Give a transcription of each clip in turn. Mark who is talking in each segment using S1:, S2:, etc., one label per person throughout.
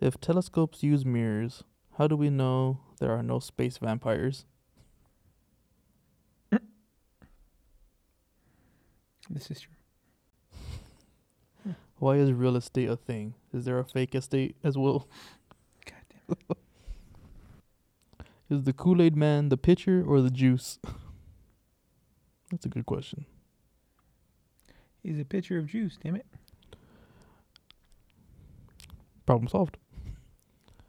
S1: If telescopes use mirrors, how do we know there are no space vampires?
S2: This is true.
S1: Why is real estate a thing? Is there a fake estate as well?
S2: God damn.
S1: Is the Kool Aid Man the pitcher or the juice? That's a good question.
S2: He's a pitcher of juice, damn it.
S1: Problem solved.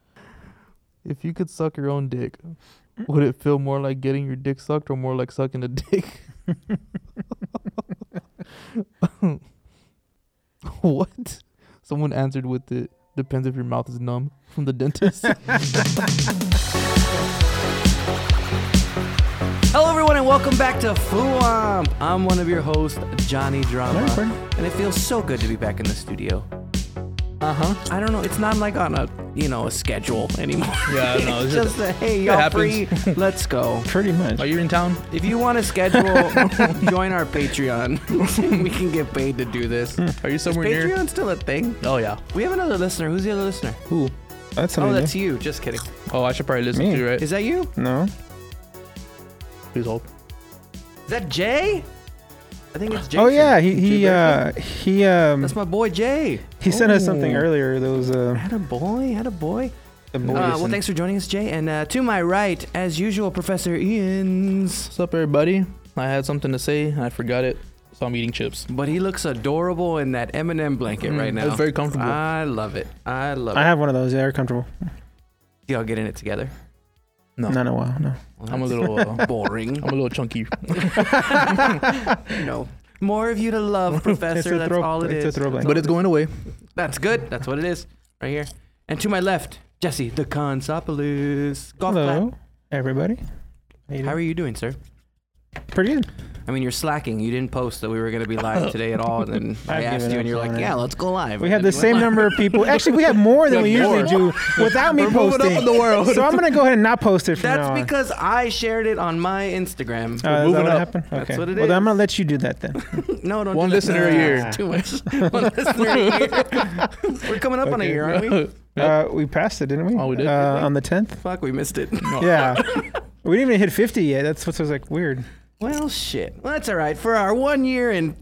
S1: If you could suck your own dick, would it feel more like getting your dick sucked or more like sucking a dick? what? Someone answered with it depends if your mouth is numb from the dentist.
S3: Hello, everyone, and welcome back to FUWAMP. I'm one of your hosts, Johnny Drama, and it feels so good to be back in the studio. Uh
S1: Uh-huh.
S3: huh. I don't know. It's not like on a you know a schedule anymore.
S2: Yeah, no,
S3: it's
S2: it-
S3: just a, hey, y'all free.
S2: happens.
S3: Let's go.
S2: Pretty much.
S1: you in town?
S3: If you want to schedule, join our Patreon. we can get paid to do this.
S2: Hmm.
S3: Is
S1: Are you
S3: Patreon still a thing?
S1: Oh yeah.
S3: We have another listener. Who's the other listener?
S1: Who?
S2: That's
S3: Oh,
S2: something
S3: that's you. Just kidding.
S1: Oh, I should probably listen
S2: Me.
S1: to you, right?
S3: Is that you? Is
S2: new. No.
S1: Please hold.
S3: that Jay? I think it's Jay.
S2: Oh yeah, he he uh he um
S3: That's my boy Jay.
S2: he sent us something
S1: Oh.
S2: earlier. Those uh,
S3: Had a boy, had a boy.
S2: the boys
S3: Uh, well,
S2: and-
S3: thanks for joining us, Jay. And uh, to my right, as usual, Professor Ian's.
S1: What's up, everybody? I had something to say and I forgot it, so I'm eating chips.
S3: But he looks adorable in that M&M blanket
S1: Mm,
S3: right now.
S1: It's very comfortable.
S3: I love it. I love
S2: I
S3: it.
S2: have one of those. Yeah, they're comfortable.
S3: Y'all getting it together?
S1: no,
S2: Not in a while. No.
S3: Well,
S1: I'm a
S3: that's
S1: little, uh,
S3: boring.
S1: I'm a little chunky.
S3: no. More of you to love, Professor.
S2: a
S3: That's
S2: throw-
S3: all it
S2: it's
S3: is.
S2: a throwback.
S3: That's
S1: but it's
S3: all it is.
S1: going away.
S3: That's good. That's what it is. Right here. And to my left, Jesse the Consopoulos. Golf clap.
S2: Hello, everybody. How you
S3: How
S2: doing?
S3: are you doing, sir?
S2: Pretty good.
S3: I mean, you're slacking. You didn't post that we were going to be live today at all, and then I
S2: I've given
S3: asked you,
S2: up
S3: and you're
S2: on
S3: like,
S2: it.
S3: "Yeah, let's go live."
S2: We
S3: And
S2: had
S3: then
S2: the
S3: you
S2: same
S3: went live.
S2: number of people. Actually, we had more than
S1: We
S2: we
S1: had
S2: usually do without me
S1: We're moving up in
S2: posting.
S1: the world.
S2: So I'm gonna go ahead and not post it from now
S3: That's
S2: on.
S3: because I shared it on my Instagram.
S2: Oh, is that
S1: moving
S2: what
S1: up.
S2: happened?
S3: That's
S2: okay.
S3: what it
S2: well, then I'm
S3: is.
S2: gonna let you do that then.
S3: no, don't.
S1: One
S3: do that.
S1: listener a
S3: Nah,
S1: year.
S3: it's Too much. One listener a year. We're coming up on a
S2: Okay.
S3: year, aren't we?
S2: Uh, we passed it, didn't we?
S1: Oh, we did? Oh.
S2: Uh,
S3: Did we?
S2: on the 10th.
S3: Fuck, we missed it.
S2: Yeah. we didn't even hit 50 yet. That's what's what's, like weird.
S3: Well, shit. Well, that's all right. For our one year and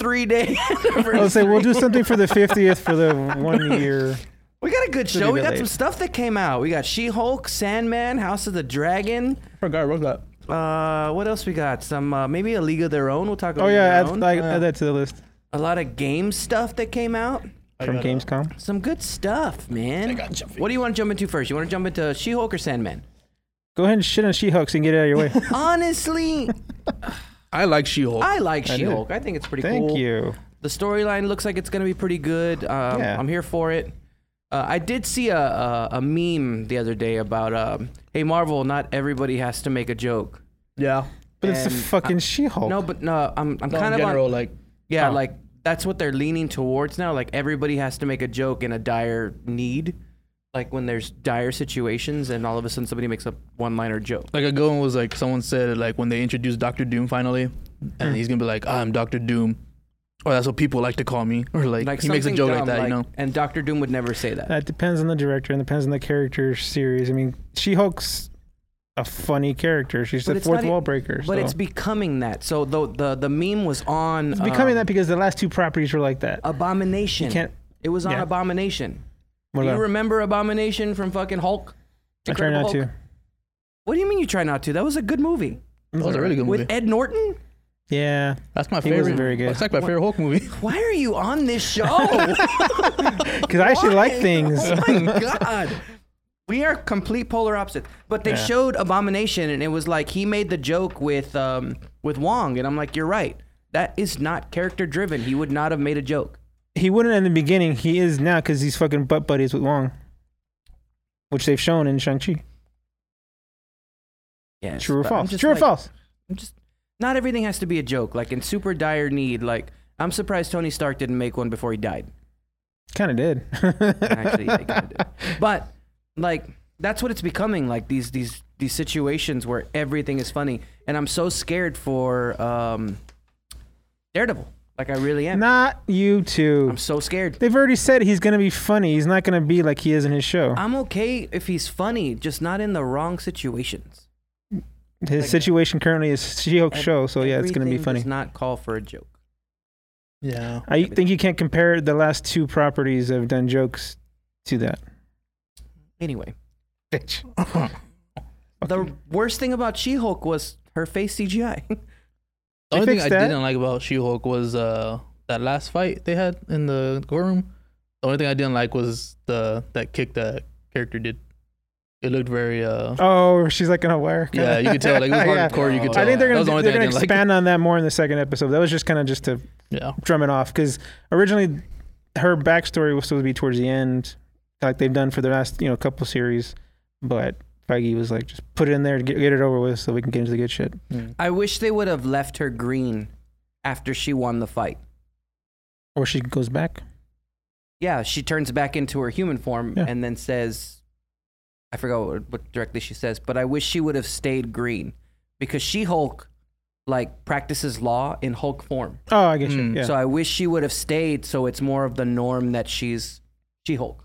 S3: three day
S2: I would
S3: anniversary,
S2: say we'll do something for the 50th for the one year.
S3: we got a good
S2: be a
S3: show. We
S2: bit
S3: got
S2: late.
S3: some stuff that came out. We got She-Hulk, Sandman, House of the Dragon.
S1: I forgot I wrote that.
S3: Uh, what else we got? Some uh, maybe a League of Their Own. We'll talk about.
S2: Oh yeah, add,
S3: Own. Uh,
S2: like,
S1: Yeah.
S2: add that to the list
S3: a lot of game stuff that came out.
S1: I
S2: from
S1: got it.
S2: Gamescom.
S3: Some good stuff, man. What do you want to jump into first? You want to jump into She-Hulk or Sandman?
S2: Go ahead and shit on She-Hulk so you can get it out of your way.
S3: Honestly,
S1: I like She-Hulk.
S3: I like
S2: I do.
S3: She-Hulk. I think it's pretty
S2: Thank
S3: cool.
S2: you.
S3: The storyline looks like it's gonna be pretty good. Um,
S2: Yeah.
S3: I'm here for it. Uh, I did see a, a a meme the other day about um, hey Marvel, not everybody has to make a joke.
S1: yeah.
S2: But it's the
S3: And uh,
S2: fucking She-Hulk.
S3: No, but no, I'm I'm
S1: No,
S3: kind
S1: in
S3: of on-
S1: general, like
S3: yeah,
S2: Oh.
S3: like that's what they're leaning towards now. Like everybody has to make a joke in a dire need, like when there's dire situations, and all of a sudden somebody makes a one-liner joke.
S1: like a good one was like someone said like when they introduced Doctor Doom finally, and he's gonna be like, I'm Doctor Doom, or that's what people like to call me, or like,
S3: Like
S1: he makes a
S3: something
S1: joke
S3: dumb,
S1: like that, you know.
S3: And Doctor Doom would never say that.
S2: That depends on the director and depends on the character series. I mean, She-Hulk's a funny character. She's
S3: But
S2: the
S3: it's
S2: fourth
S3: not e-
S2: wall breaker.
S3: But it's becoming that. So the the the meme was on
S2: it's becoming
S3: um,
S2: that because the last two properties were like that.
S3: abomination.
S2: You can't-
S3: It was on
S2: yeah.
S3: abomination.
S2: What
S3: Do you
S2: about-
S3: remember abomination from fucking Hulk?
S2: I try not
S3: Incredible
S2: to.
S3: Hulk? What do you mean you try not to? That was a good movie
S1: That was a really good movie.
S3: with Ed Norton.
S2: Yeah.
S1: that's my
S2: He wasn't
S1: favorite.
S2: very good.
S1: It's like my favorite Hulk movie.
S3: Why are you on this show?
S2: Because I actually like
S3: Why?
S2: things.
S3: Oh my god. We are complete polar opposites. But they
S2: Yeah.
S3: showed Abomination and it was like he made the joke with um with Wong and I'm like, You're right. That is not character driven. He would not have made a joke.
S2: he wouldn't in the beginning. He is now because he's fucking butt buddies with Wong, which they've shown in Shang Chi.
S3: Yeah.
S2: True or false? True or false?
S3: Just not everything has to be a joke. Like in super dire need, like I'm surprised Tony Stark didn't make one before he died.
S2: Kind of did.
S3: Actually, they kinda did. But like that's what it's becoming. Like these these these situations where everything is funny, and I'm so scared for um, Daredevil. Like I really am.
S2: Not you two.
S3: I'm so scared.
S2: They've already said he's gonna be funny. He's not gonna be like he is in his show.
S3: I'm okay if he's funny, just not in the wrong situations.
S2: His
S3: like-
S2: situation currently is She-Hulk
S3: Ev-
S2: show, so yeah, it's gonna be
S3: everything
S2: funny.
S3: Does not call for a joke.
S1: Yeah.
S2: I think you can't compare the last two properties of done jokes to that.
S3: Anyway,
S2: Bitch.
S3: the worst thing about She-Hulk was her face CGI.
S1: The only thing
S2: fixed
S1: I
S2: that.
S1: didn't like about She-Hulk was uh, that last fight they had in the courtroom. The only thing I didn't like was the that kick that character did. It looked very uh
S2: Oh, she's like in a wire.
S1: yeah, you could tell like it was
S2: Yeah.
S1: hardcore. You could tell.
S2: I think
S1: That
S2: they're gonna
S1: was the only
S2: they're
S1: thing I
S2: gonna
S1: didn't
S2: expand on that more in the second episode. That was just kind of just to
S1: Like.
S2: drum it off because originally her backstory was supposed to be towards the end, like they've done for the last you know couple series, but Feige was like just put it in there to get, get it over with so we can get into the good shit.
S1: Yeah. Mm.
S3: I wish they would have left her green after she won the fight.
S2: Or she goes back.
S3: Yeah, she turns back into her human form
S2: Yeah.
S3: and then says, I forgot what, what directly she says, but I wish she would have stayed green because She Hulk like practices law in Hulk form.
S2: Oh, I get you.
S1: Mm.
S2: Yeah.
S3: So I wish she would have stayed so it's more of the norm that she's She Hulk.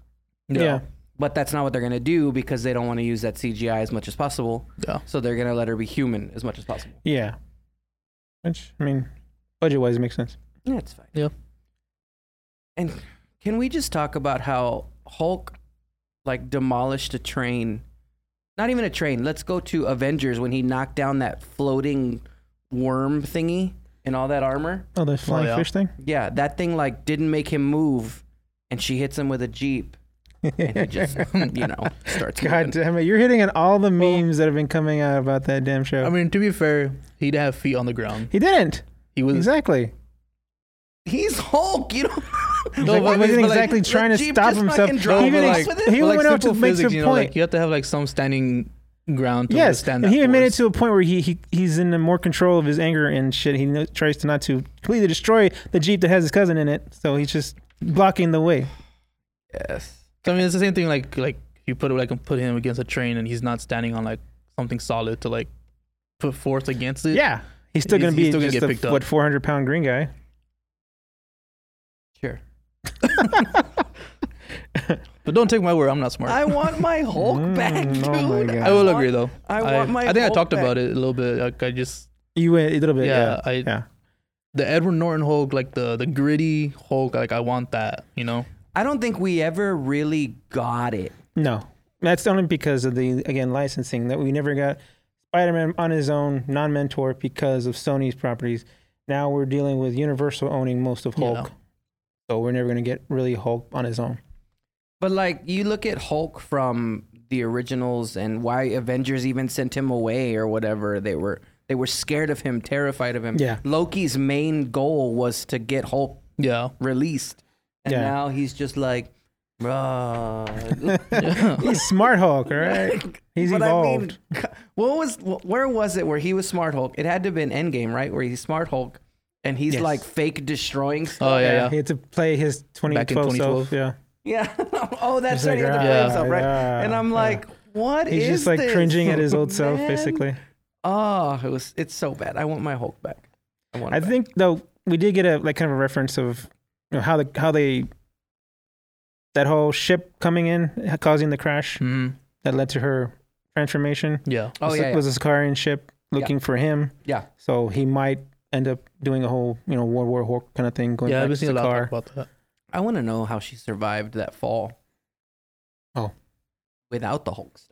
S2: yeah.
S3: But that's not what they're going to do because they don't want to use that CGI as much as possible.
S1: Yeah.
S3: So they're going to let her be human as much as possible.
S2: Yeah. Which I mean, budget wise, it makes sense.
S3: Yeah, it's fine.
S1: Yeah.
S3: And can we just talk about how Hulk like demolished a train? Not even a train. Let's go to Avengers when he knocked down that floating worm thingy and all that armor.
S2: Oh, the flying
S1: yeah.
S2: fish thing.
S3: Yeah, that thing like didn't make him move, and she hits him with a jeep, and he just um, you know starts.
S2: God
S3: moving.
S2: damn it! You're hitting on all the memes that have been coming out about that damn show.
S1: I mean, to be fair, he'd have feet on the ground.
S2: he didn't
S1: He was
S2: exactly.
S3: he's Hulk. You know.
S1: No,
S2: Like,
S1: but-
S2: he wasn't
S1: but, like,
S2: exactly
S3: the
S2: trying to
S3: Jeep
S2: stop
S3: just
S2: himself.
S3: fucking drove
S2: He even,
S3: off
S2: ex-
S3: with
S2: he
S3: it.
S1: but,
S2: even
S1: like,
S2: went out to
S1: simple
S2: make
S1: physics,
S2: the
S1: you know,
S2: point.
S1: like you have to have like some standing ground to
S2: yes,
S1: withstand
S2: and he
S1: that
S2: admitted
S1: force.
S2: to a point where he, he he's in more control of his anger and shit. He knows, tries to not to completely destroy the jeep that has his cousin in it, so he's just blocking the way.
S3: Yes.
S1: So, I mean, it's the same thing. Like like you put like put him against a train and he's not standing on like something solid to like put force against it.
S2: Yeah, he's still
S1: He's-
S2: gonna be
S1: he's still gonna
S2: just
S1: get
S2: a,
S1: picked up.
S2: what 400 pound green guy.
S3: Sure.
S1: But don't take my word. I'm not smart.
S3: I want my Hulk
S2: Mm,
S3: back, dude.
S2: oh my God.
S1: I will
S3: want-
S1: agree though.
S3: I want my
S1: I think I
S3: Hulk
S1: talked
S3: back.
S1: about it a little bit. Like I just
S2: You went a little bit, yeah.
S1: yeah, I
S2: yeah.
S1: the Edward Norton Hulk, like the the gritty Hulk, like I want that, you know.
S3: I don't think we ever really got it.
S2: No, that's only because of the again licensing that we never got Spider-Man on his own, non-mentor because of Sony's properties. Now we're dealing with Universal owning most of Hulk,
S1: Yeah.
S2: so we're never gonna get really Hulk on his own.
S3: But like you look at Hulk from the originals and why Avengers even sent him away or whatever. They were they were scared of him, terrified of him.
S2: Yeah.
S3: Loki's main goal was to get Hulk
S1: Yeah.
S3: released. And
S2: Yeah.
S3: now he's just like "Bruh."
S2: He's smart Hulk, all right? He's
S3: But
S2: evolved.
S3: I mean, c- what was wh- where was it where he was Smart Hulk? It had to have been Endgame, right? Where he's Smart Hulk and he's
S2: Yes.
S3: like fake destroying stuff.
S1: Oh yeah,
S2: He
S1: yeah.
S2: had to play his 2012, self.
S1: 2012,
S2: Yeah.
S3: Yeah. oh, that's
S2: He's
S3: right.
S2: like,
S3: He had to play
S1: "Ah,
S3: himself, right?
S2: yeah,
S3: and I'm
S2: yeah."
S3: like, what is
S2: He's just like
S3: this,
S2: cringing at his old self,
S3: man?
S2: basically.
S3: Oh, it was. It's so bad. I want my Hulk back. I want. it
S2: I
S3: back.
S2: think though we did get a like kind of a reference of you know, how the how they that whole ship coming in causing the crash
S1: hmm
S2: that led to her transformation.
S1: Yeah.
S3: Oh
S2: was,
S3: yeah, yeah.
S2: was a Sicarian ship looking for him,
S3: yeah.
S2: so he might end up doing a whole you know World War Hulk kind of thing going
S1: Yeah,
S2: back
S1: I've been
S2: to
S1: seeing a lot of talk
S2: Sakaar.
S1: about that.
S3: I want to know how she survived that fall.
S2: Oh.
S3: Without the Hulk stuff.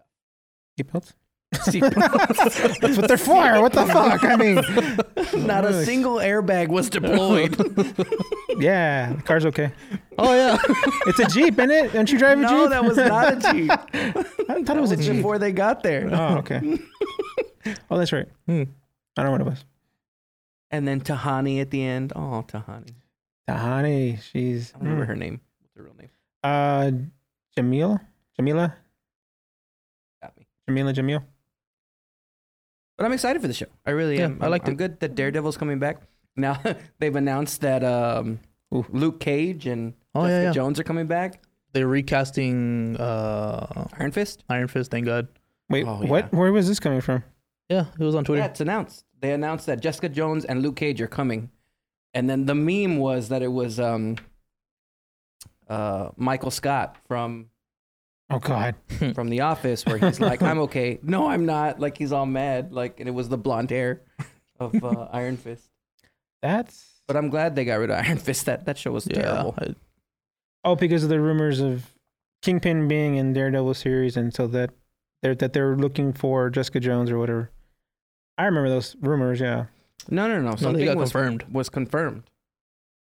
S2: Seatbelts.
S3: That's
S2: That's what they're for. What the fuck? I mean,
S3: Not a
S2: Really?
S3: single airbag was deployed.
S2: yeah, the car's okay.
S1: Oh yeah.
S2: It's a jeep, isn't it? Don't you drive a jeep?
S3: no, that was not a jeep.
S2: I thought
S3: That
S2: it was,
S3: was
S2: a jeep.
S3: before they got there.
S2: Oh, okay. oh, that's right.
S1: Hmm.
S2: I don't know what it was.
S3: And then Tahani at the end. Oh, Tahani.
S2: Tahani, she's
S3: I don't remember her name. What's her real name?
S2: uh, Jamil, Jamila,
S3: Got me.
S2: Jamila, Jamil.
S3: But I'm excited for the show. I really
S1: Yeah,
S3: am.
S1: I liked
S3: I'm
S1: it.
S3: good that Daredevil's coming back. Now they've announced that um,
S2: Ooh.
S3: Luke Cage and
S1: Oh
S3: Jessica
S1: yeah, yeah.
S3: Jones are coming back.
S1: They're recasting uh
S3: Iron Fist.
S1: Iron Fist, thank God.
S2: Wait,
S3: Oh,
S2: what? Where was this coming from?
S1: Yeah, it was on Twitter.
S3: Yeah, it's announced. They announced that Jessica Jones and Luke Cage are coming And then the meme was that it was um, uh, Michael Scott from
S2: Oh God.
S3: from The Office, where he's like, "I'm okay. No, I'm not." Like he's all mad. Like, and it was the blonde hair of uh, Iron Fist.
S2: That's
S3: But I'm glad they got rid of Iron Fist. That that show was
S1: Yeah,
S3: terrible.
S1: I-
S2: oh because of the rumors of Kingpin being in Daredevil series, and so that they're that they're looking for Jessica Jones or whatever. I remember those rumors. Yeah.
S3: No, no, no.
S1: no,
S3: Something
S1: they got
S3: was
S1: confirmed.
S3: was confirmed.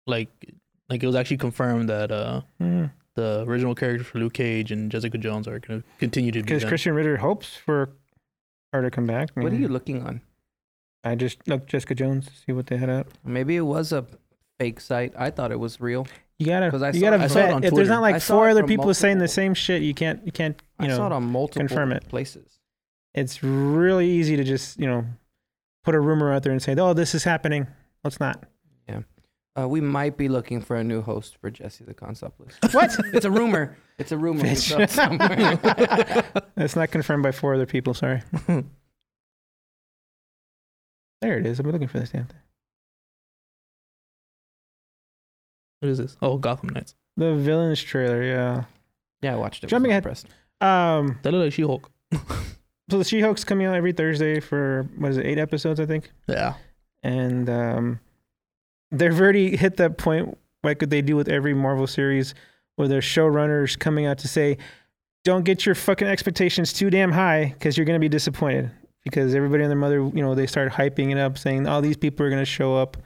S1: Like, like it was actually confirmed that uh,
S2: Mm.
S1: the original characters for Luke Cage and Jessica Jones are going to continue to be
S2: Because
S1: them.
S2: Christian Ritter hopes for her to come back.
S3: What are
S2: Mhm.
S3: you looking on?
S2: I just looked Jessica Jones to see what they had up.
S3: Maybe it was a fake site. I thought it was real.
S2: You gotta,
S3: 'Cause I
S2: you
S3: saw
S2: gotta
S3: it- I
S2: vet.
S1: saw it on
S2: if there's
S1: Twitter.
S2: not
S3: I
S2: like
S3: saw
S2: four
S3: it
S2: other
S3: from
S2: people saying the
S3: multiple-
S2: same shit, you can't, you can't, you
S3: I saw it
S2: know.
S3: on multiple
S2: confirm it.
S3: places.
S2: It's really easy to just, you know, put a rumor out there and say, "Oh, this is happening." Well, it's not.
S3: Uh, we might be looking for a new host for Jesse the Conceptless.
S2: What?
S3: It's a rumor. It's a rumor. It's
S2: Bitch.
S3: up somewhere.
S2: It's not confirmed by four other people. Sorry. there it is. I've been looking for this damn thing.
S1: What is this? Oh, Gotham Knights.
S2: The villains trailer. Yeah.
S3: yeah, I watched it.
S2: Jumping ahead.
S3: was impressed.
S2: Um.
S1: That looked like She Hulk.
S2: So the She-Hulk's coming out every Thursday for what is it? Eight episodes, I think.
S1: yeah.
S2: and um, they've already hit that point like what they do with every Marvel series, where their showrunners coming out to say, "Don't get your fucking expectations too damn high, because you're gonna be disappointed." Because everybody and their mother, you know, they start hyping it up, saying all these people are gonna show up,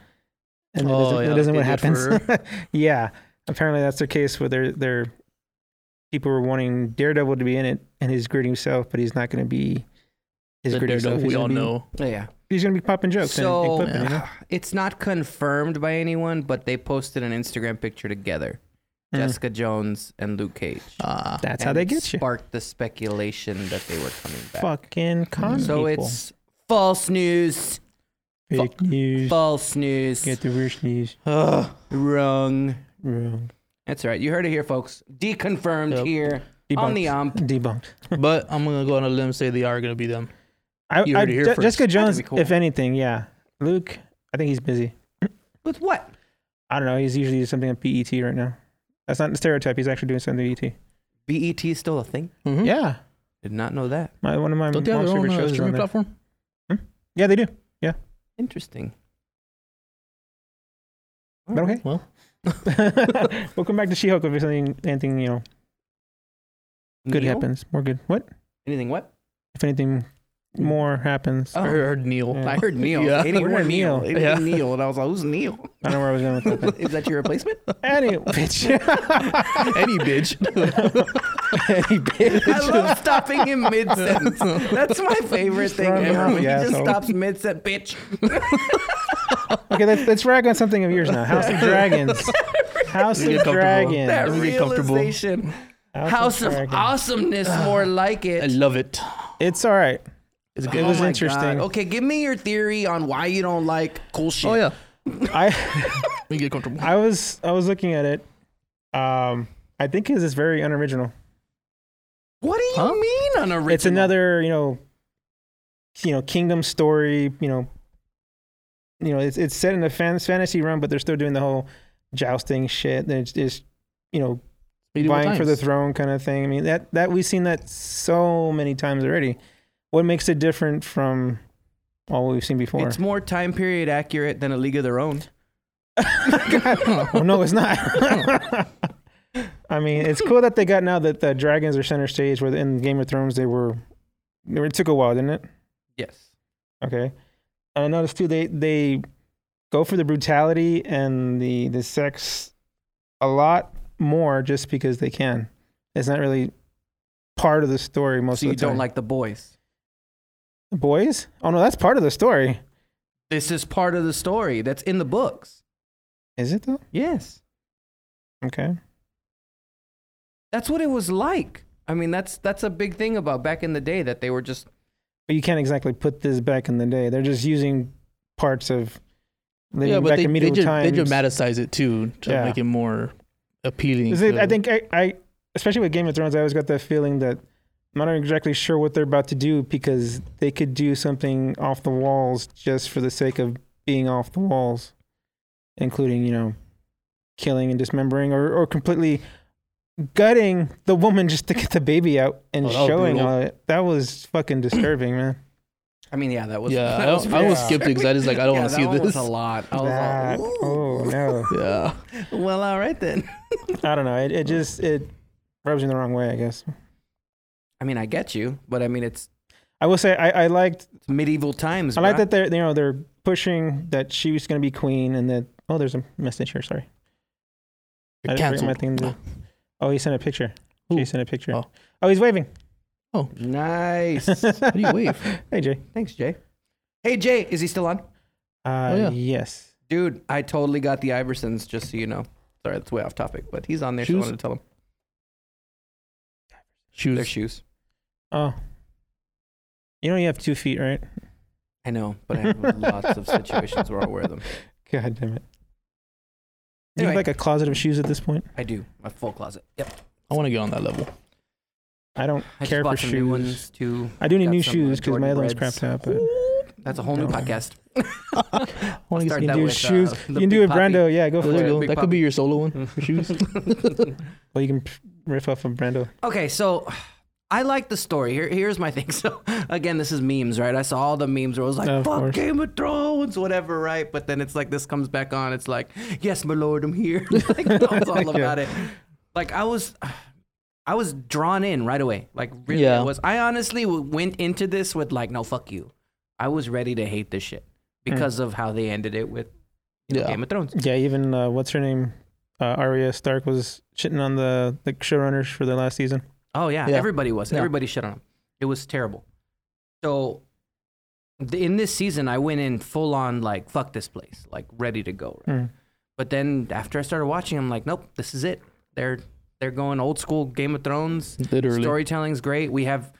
S2: and that
S1: Oh,
S2: doesn't,
S1: yeah,
S2: that
S1: like
S2: doesn't
S1: they
S2: what
S1: did for
S2: happens. yeah, apparently that's the case where their their people were wanting Daredevil to be in it and his gritty self, but he's not gonna be. His
S1: The
S2: gritty
S1: Daredevil
S2: self. He's
S1: we
S2: gonna
S1: all
S2: be-
S1: know.
S3: Yeah.
S2: He's gonna be popping jokes
S3: So-
S2: and, and clipping, you know?
S3: It's not confirmed by anyone, but they posted an Instagram picture together.
S2: Mm. Oh,
S3: Jessica Jones and Luke Cage.
S1: Ah,
S2: That's how
S3: And
S2: they
S3: it
S2: get you.
S3: Sparked the speculation that they were coming back.
S2: Fucking con
S3: so
S2: people.
S3: it's false news.
S2: fake news.
S3: False news.
S2: Get the worst news
S3: Ugh, wrong.
S2: wrong.
S3: That's right. You heard it here, folks. Deconfirmed
S1: Yep.
S3: here on the um,
S2: Debunked.
S3: ump.
S2: Debunked.
S1: but I'm gonna go on a limb and say they are gonna be them.
S2: I,
S1: You
S2: I,
S1: heard it here
S2: Je-
S1: first.
S2: Jessica Jones,
S3: be cool.
S2: if anything, yeah. Luke, I think he's busy.
S3: With what?
S2: I don't know. He's usually doing something on PET right now. That's not the stereotype. He's actually doing something at ET.
S3: BET E is still a thing?
S1: Mm-hmm.
S2: Yeah.
S3: Did not know that.
S2: My, one of my
S1: Don't
S2: mom's
S1: they have their own
S2: favorite
S1: uh,
S2: shows is on
S1: streaming
S2: there.
S1: platform?
S2: Yeah, they do.
S3: Interesting. All
S2: But
S3: right.
S2: okay.
S1: Well,
S2: Welcome back to She-Hulk if something, anything, you know, good
S3: Neil?
S2: happens. More good. What?
S3: Anything what?
S2: If anything more happens.
S1: I
S3: Oh.
S1: heard, heard Neil.
S2: Yeah.
S3: I heard Neil.
S1: Yeah.
S3: Anything
S2: Where's
S3: Neil.
S2: Neil?
S3: Anything
S1: Yeah.
S3: Neil. And I was like, who's Neil?
S2: I don't know where I was going with that.
S3: is that your replacement?
S2: Any bitch.
S1: Any bitch.
S2: Any bitch.
S3: I love stopping him mid sentence. That's my favorite thing
S2: throwing me
S3: ever.
S2: off,
S3: He
S2: you
S3: just
S2: asshole.
S3: stops mid sentence. Bitch.
S2: Okay, let's, let's rag on something of yours now. House of Dragons. House
S1: Get
S2: of
S1: comfortable.
S3: That
S2: Dragons.
S1: Let me get comfortable.
S3: realization. House of
S2: Dragons.
S3: awesomeness, more like
S1: I
S3: it. Oh
S1: love it.
S2: It's all right.
S1: It's
S2: It
S1: good.
S2: was
S3: my
S2: interesting.
S3: God. Okay, give me your theory on why you don't like cool shit.
S1: Oh yeah.
S2: I
S1: Let me get comfortable.
S2: I was I was looking at it. Um, I think his is very unoriginal.
S3: What do you
S1: Huh?
S3: mean unoriginal?
S2: It's another you know, you know, kingdom story. You know, you know, it's it's set in a fan, fantasy realm, but they're still doing the whole jousting shit. And it's just you know,
S1: Medieval
S2: vying for the
S1: times.
S2: throne kind of thing. I mean that that we've seen that so many times already. What makes it different from all we've seen before?
S3: It's more time period accurate than a League of Their Own.
S2: oh, no, it's not. I mean, it's cool that they got now that the dragons are center stage. Where in Game of Thrones they were, they were- it took a while, didn't it?
S3: Yes.
S2: Okay. And I noticed too they they go for the brutality and the the sex a lot more just because they can. It's not really part of the story most
S3: so
S2: of
S3: you
S2: the time.
S3: don't like the boys.
S2: boys? Oh no, that's part of the story.
S3: This is part of the story that's in the books.
S2: Is it though?
S3: Yes.
S2: Okay.
S3: That's what it was like. I mean, that's that's a big thing about back in the day that they were just
S2: But you can't exactly put this back in the day. They're just using parts of living
S1: Yeah, but
S2: back
S1: they,
S2: in
S1: they,
S2: medieval
S1: just, they
S2: times.
S1: dramatize it too to
S2: Yeah.
S1: make it more appealing.
S2: Is it-
S1: to-
S2: I think I, I, especially with Game of Thrones, I always got that feeling that I'm not exactly sure what they're about to do because they could do something off the walls just for the sake of being off the walls. including you know killing and dismembering or, or completely gutting the woman just to get the baby out and
S1: Oh, that was
S2: showing
S1: brutal.
S2: all it. That was fucking disturbing, man.
S3: I mean, yeah, that was.
S1: Yeah,
S3: that
S1: I, I
S3: very
S1: was skipped because I just like I don't
S3: Yeah,
S1: want to see
S3: that one
S1: this.
S3: Was a lot. I was
S2: That-
S3: like,
S2: oh no.
S3: "Ooh."
S1: Yeah,
S3: well, all right then.
S2: I don't know. It, it just it rubs me the wrong way, I guess.
S3: I mean, I get you, but I mean, it's
S2: I will say I, I liked
S3: medieval times.
S2: I like
S3: bruh.
S2: that they're you know they're pushing that she was gonna be queen and that oh there's a message here, sorry. I didn't bring my thing to- Oh he sent a picture. He
S1: Who?
S2: sent a picture.
S1: Oh.
S2: Oh, he's waving.
S3: Nice.
S1: How do you wave?
S2: Hey Jay.
S3: Thanks, Jay. Hey, Jay, is he still on?
S2: Uh,
S1: Oh, yeah.
S2: yes.
S3: Dude, I totally got the Iversons, just so you know. Sorry, that's way off topic, but he's on there. So I
S1: Shoes?
S3: wanted to tell him. Their
S1: Shoes.
S3: shoes.
S2: Oh. You know you have two feet, right?
S3: I know, but I have lots of situations where I'll wear them.
S2: God damn it. You
S3: Anyway.
S2: have like a closet of shoes at this point?
S3: I do. My full closet. Yep.
S1: I want to get on that level.
S2: I don't
S3: I
S2: care
S3: just bought
S2: for
S3: some
S2: shoes.
S3: new ones too.
S2: I do need
S3: Got
S2: new
S3: some, uh,
S2: shoes because my
S3: Jordan
S2: other one's
S3: Reds.
S2: crapped out. But
S3: That's a whole new
S2: Don't.
S3: podcast.
S1: I want to get
S3: Start
S2: you
S3: that
S2: can do
S3: with,
S2: shoes.
S3: uh, the
S2: you can do
S3: Big
S2: it,
S3: Papi.
S2: Brando. Yeah, go for
S1: There you
S2: it.
S1: go.
S3: Big
S1: That could be your solo one for shoes.
S2: Well, you can p- riff off of Brando.
S3: Okay, so I like the story. Here, here's my thing. So again, this is memes, right? I saw all the memes where it was like,
S2: Of
S3: "Fuck
S2: course.
S3: Game of Thrones," whatever, right? But then it's like this comes back on. It's like, "Yes, my lord, I'm here." like that was all
S2: Yeah.
S3: about it. Like I was, I was drawn in right away. Like really,
S1: Yeah.
S3: I was. I honestly w- went into this with like, "No, fuck you." I was ready to hate this shit because of how they ended it with you know,
S1: Yeah.
S3: Game of Thrones.
S2: Hmm. Yeah, even uh, what's her name, uh, Arya Stark was shitting on the the showrunners for the last season.
S3: Oh yeah,
S1: Yeah.
S3: everybody was.
S1: Yeah.
S3: Everybody shit on him. It was terrible. So th- in this season, I went in full on like fuck this place, like ready to go. Right?
S2: Mm.
S3: But then after I started watching, I'm like, nope, this is it. They're they're going old school Game of Thrones.
S1: Literally.
S3: Storytelling's great. We have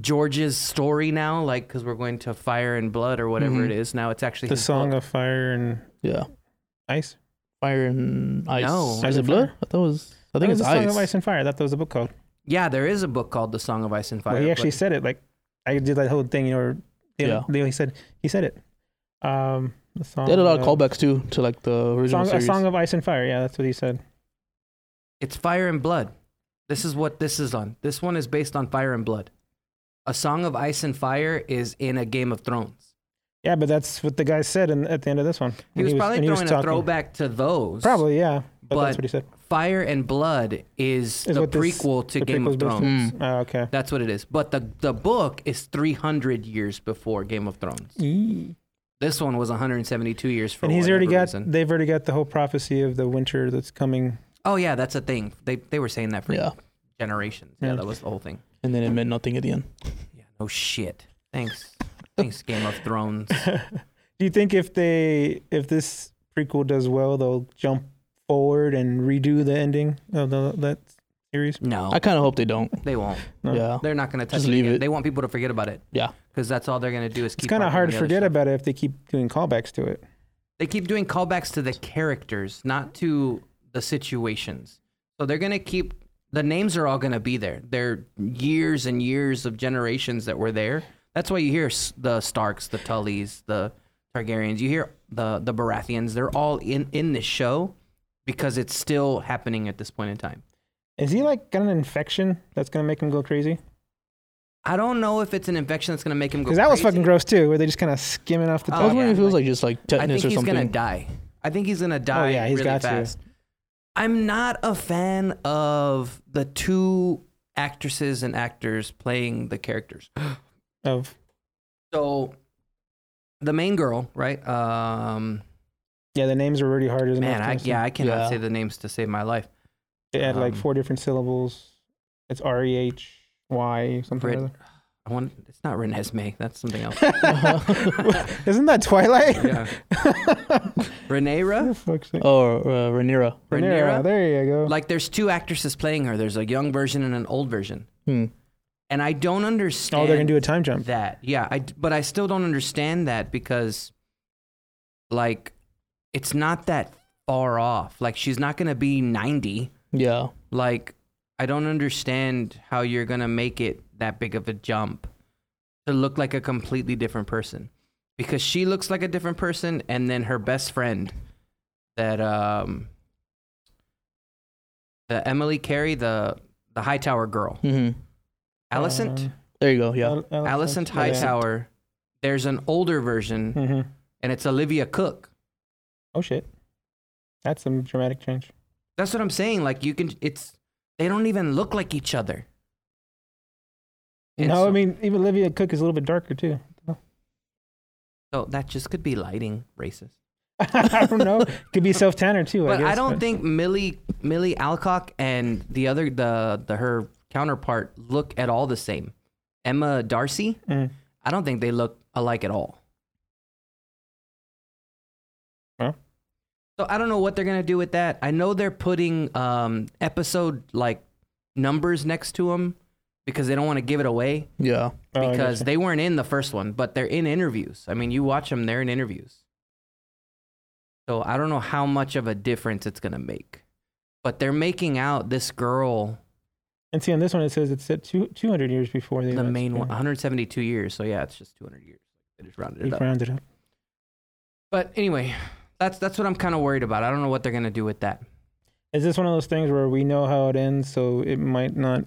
S3: George's story now, like because we're going to Fire and Blood or whatever
S1: Mhm.
S3: it is. Now it's actually
S2: Mm-hmm. The
S3: his
S2: Song
S3: book.
S2: of Fire and
S1: Yeah.
S2: Ice.
S1: Fire and ice.
S3: No.
S1: Is
S2: Ice
S1: it
S2: and
S1: blood?
S2: fire.
S1: I thought it was. I
S2: That
S1: think
S2: was
S1: it's
S2: Oh, the
S1: ice.
S2: Song of Ice and Fire. That was the book called.
S3: Yeah, there is a book called The Song of Ice and Fire.
S2: well, he actually
S3: but-
S2: said it. Like I did that whole thing, you know. Where
S1: Yeah.
S2: yeah. He said he said it. Um, the song.
S1: They had a lot of
S2: uh,
S1: callbacks too to like the original
S2: Song, a
S1: series.
S2: song of ice and fire. Yeah, that's what he said.
S3: It's Fire and Blood. This is what this is on. This one is based on Fire and Blood. A Song of Ice and Fire is in a Game of Thrones.
S2: Yeah, but that's what the guy said in, at the end of this one.
S3: He
S2: When
S3: was, probably
S2: and
S3: throwing a
S2: talking.
S3: throwback to those.
S2: Probably, yeah. But,
S3: But-
S2: that's what he said.
S3: Fire and Blood is,
S2: Is
S3: the
S2: what this-
S3: prequel to
S2: the
S3: Game
S2: prequel's
S3: of
S2: based
S3: Thrones.
S1: Mm.
S2: on. Oh, okay.
S3: That's what it is. But the, the book is 300 years before Game of Thrones. This one was 172 years for
S2: and he's already
S3: whatever
S2: got.
S3: reason.
S2: They've already got the whole prophecy of the winter that's coming.
S3: Oh, yeah, that's a thing. They, they were saying that for
S1: Yeah.
S3: generations. Yeah,
S2: Yeah.
S3: that was the whole thing.
S1: And then it meant nothing at the end.
S3: Yeah, no shit. Thanks. Thanks, Game of Thrones.
S2: Do you think if they if this prequel does well, they'll jump forward and redo the ending of the that series?
S3: No,
S1: I kind of hope they don't.
S3: they won't.
S2: No.
S1: Yeah.
S3: They're not going to touch
S1: Just
S3: it,
S1: leave
S3: again.
S1: it.
S3: They want people to forget about it.
S1: Yeah.
S3: Because that's all they're going to do is keep.
S2: It's kind of
S3: harping on
S2: hard to
S3: the
S2: forget
S3: other stuff.
S2: about it if they keep doing callbacks to it.
S3: They keep doing callbacks to the characters, not to the situations. So they're going to keep. The names are all going to be there. They're years and years of generations that were there. That's why you hear s- the Starks, the Tullys, the Targaryens. You hear the the Baratheons. They're all in in this show because it's still happening at this point in time.
S2: Is he like got an infection that's gonna make him go crazy?
S3: I don't know if it's an infection that's going to make him go.
S2: Because that was
S3: crazy.
S2: fucking gross too, where they just kind of skimming off the
S3: Oh,
S1: I was
S2: top.
S1: wondering
S3: yeah,
S1: if it was
S3: like-
S1: like just like
S3: I think
S1: tetanus or
S3: he's gonna
S1: something.
S3: die. I think he's gonna die.
S2: Oh, yeah, he's
S3: really
S2: got to.
S3: fast. I'm not a fan of the two actresses and actors playing the characters.
S2: Of
S3: So the main girl, right? Um,
S2: yeah, the names are really hard. Isn't
S3: man, I, yeah, I cannot
S1: Yeah.
S3: say the names to save my life.
S2: They add like
S3: Um,
S2: four different syllables. It's R E H Y something. or
S3: Brit-
S2: other.
S3: I want. It's not Renesmee. That's something else.
S2: Isn't that Twilight?
S3: yeah. Renera.
S2: Fuck's sake.
S1: Or uh, Rhaenyra.
S2: Rhaenyra,
S3: Renera.
S2: There you go.
S3: Like, there's two actresses playing her. There's a young version and an old version.
S1: Hmm.
S3: And I don't understand.
S2: oh, they're gonna do a time jump.
S3: that. Yeah, I d- but I still don't understand that because like it's not that far off. Like she's not going to be 90.
S1: Yeah.
S3: Like I don't understand how you're going to make it that big of a jump to look like a completely different person because she looks like a different person and then her best friend that um the Emily Carey, the the Hightower girl,
S1: Mm-hmm.
S3: Alicent,
S1: There you go. Yeah.
S2: Uh, Oh,
S3: Alicent Hightower. There's an older version,
S2: hmm
S3: and it's Olivia Cook.
S2: Oh shit, that's some dramatic change.
S3: That's what I'm saying. Like you can, it's they don't even look like each other. And
S2: no,
S3: so-
S2: I mean even Olivia Cook is a little bit darker too.
S3: so that just could be lighting, racist.
S2: I don't know. Could be self tanner too. I
S3: But
S2: guess,
S3: I don't think Millie Millie Alcock and the other the the her counterpart look at all the same. Emma Darcy,
S2: Mm.
S3: I don't think they look alike at all.
S2: Huh?
S3: So I don't know what they're gonna do with that. I know they're putting um, episode like numbers next to them because they don't want to give it away
S1: Yeah.
S2: Oh, I get
S3: because
S2: you.
S3: they weren't in the first one, but they're in interviews. I mean, you watch them; they're in interviews. So I don't know how much of a difference it's gonna make, but they're making out this girl,
S2: and see on this one it says it's set two two hundred years before they
S3: the
S2: left
S3: main one,
S2: Japan.
S3: 172 years. So yeah, it's just 200 years. They just rounded it
S2: They've
S3: up.
S2: rounded up.
S3: But anyway, that's that's what I'm kind of worried about. I don't know what they're gonna do with that.
S2: Is this one of those things where we know how it ends, so it might not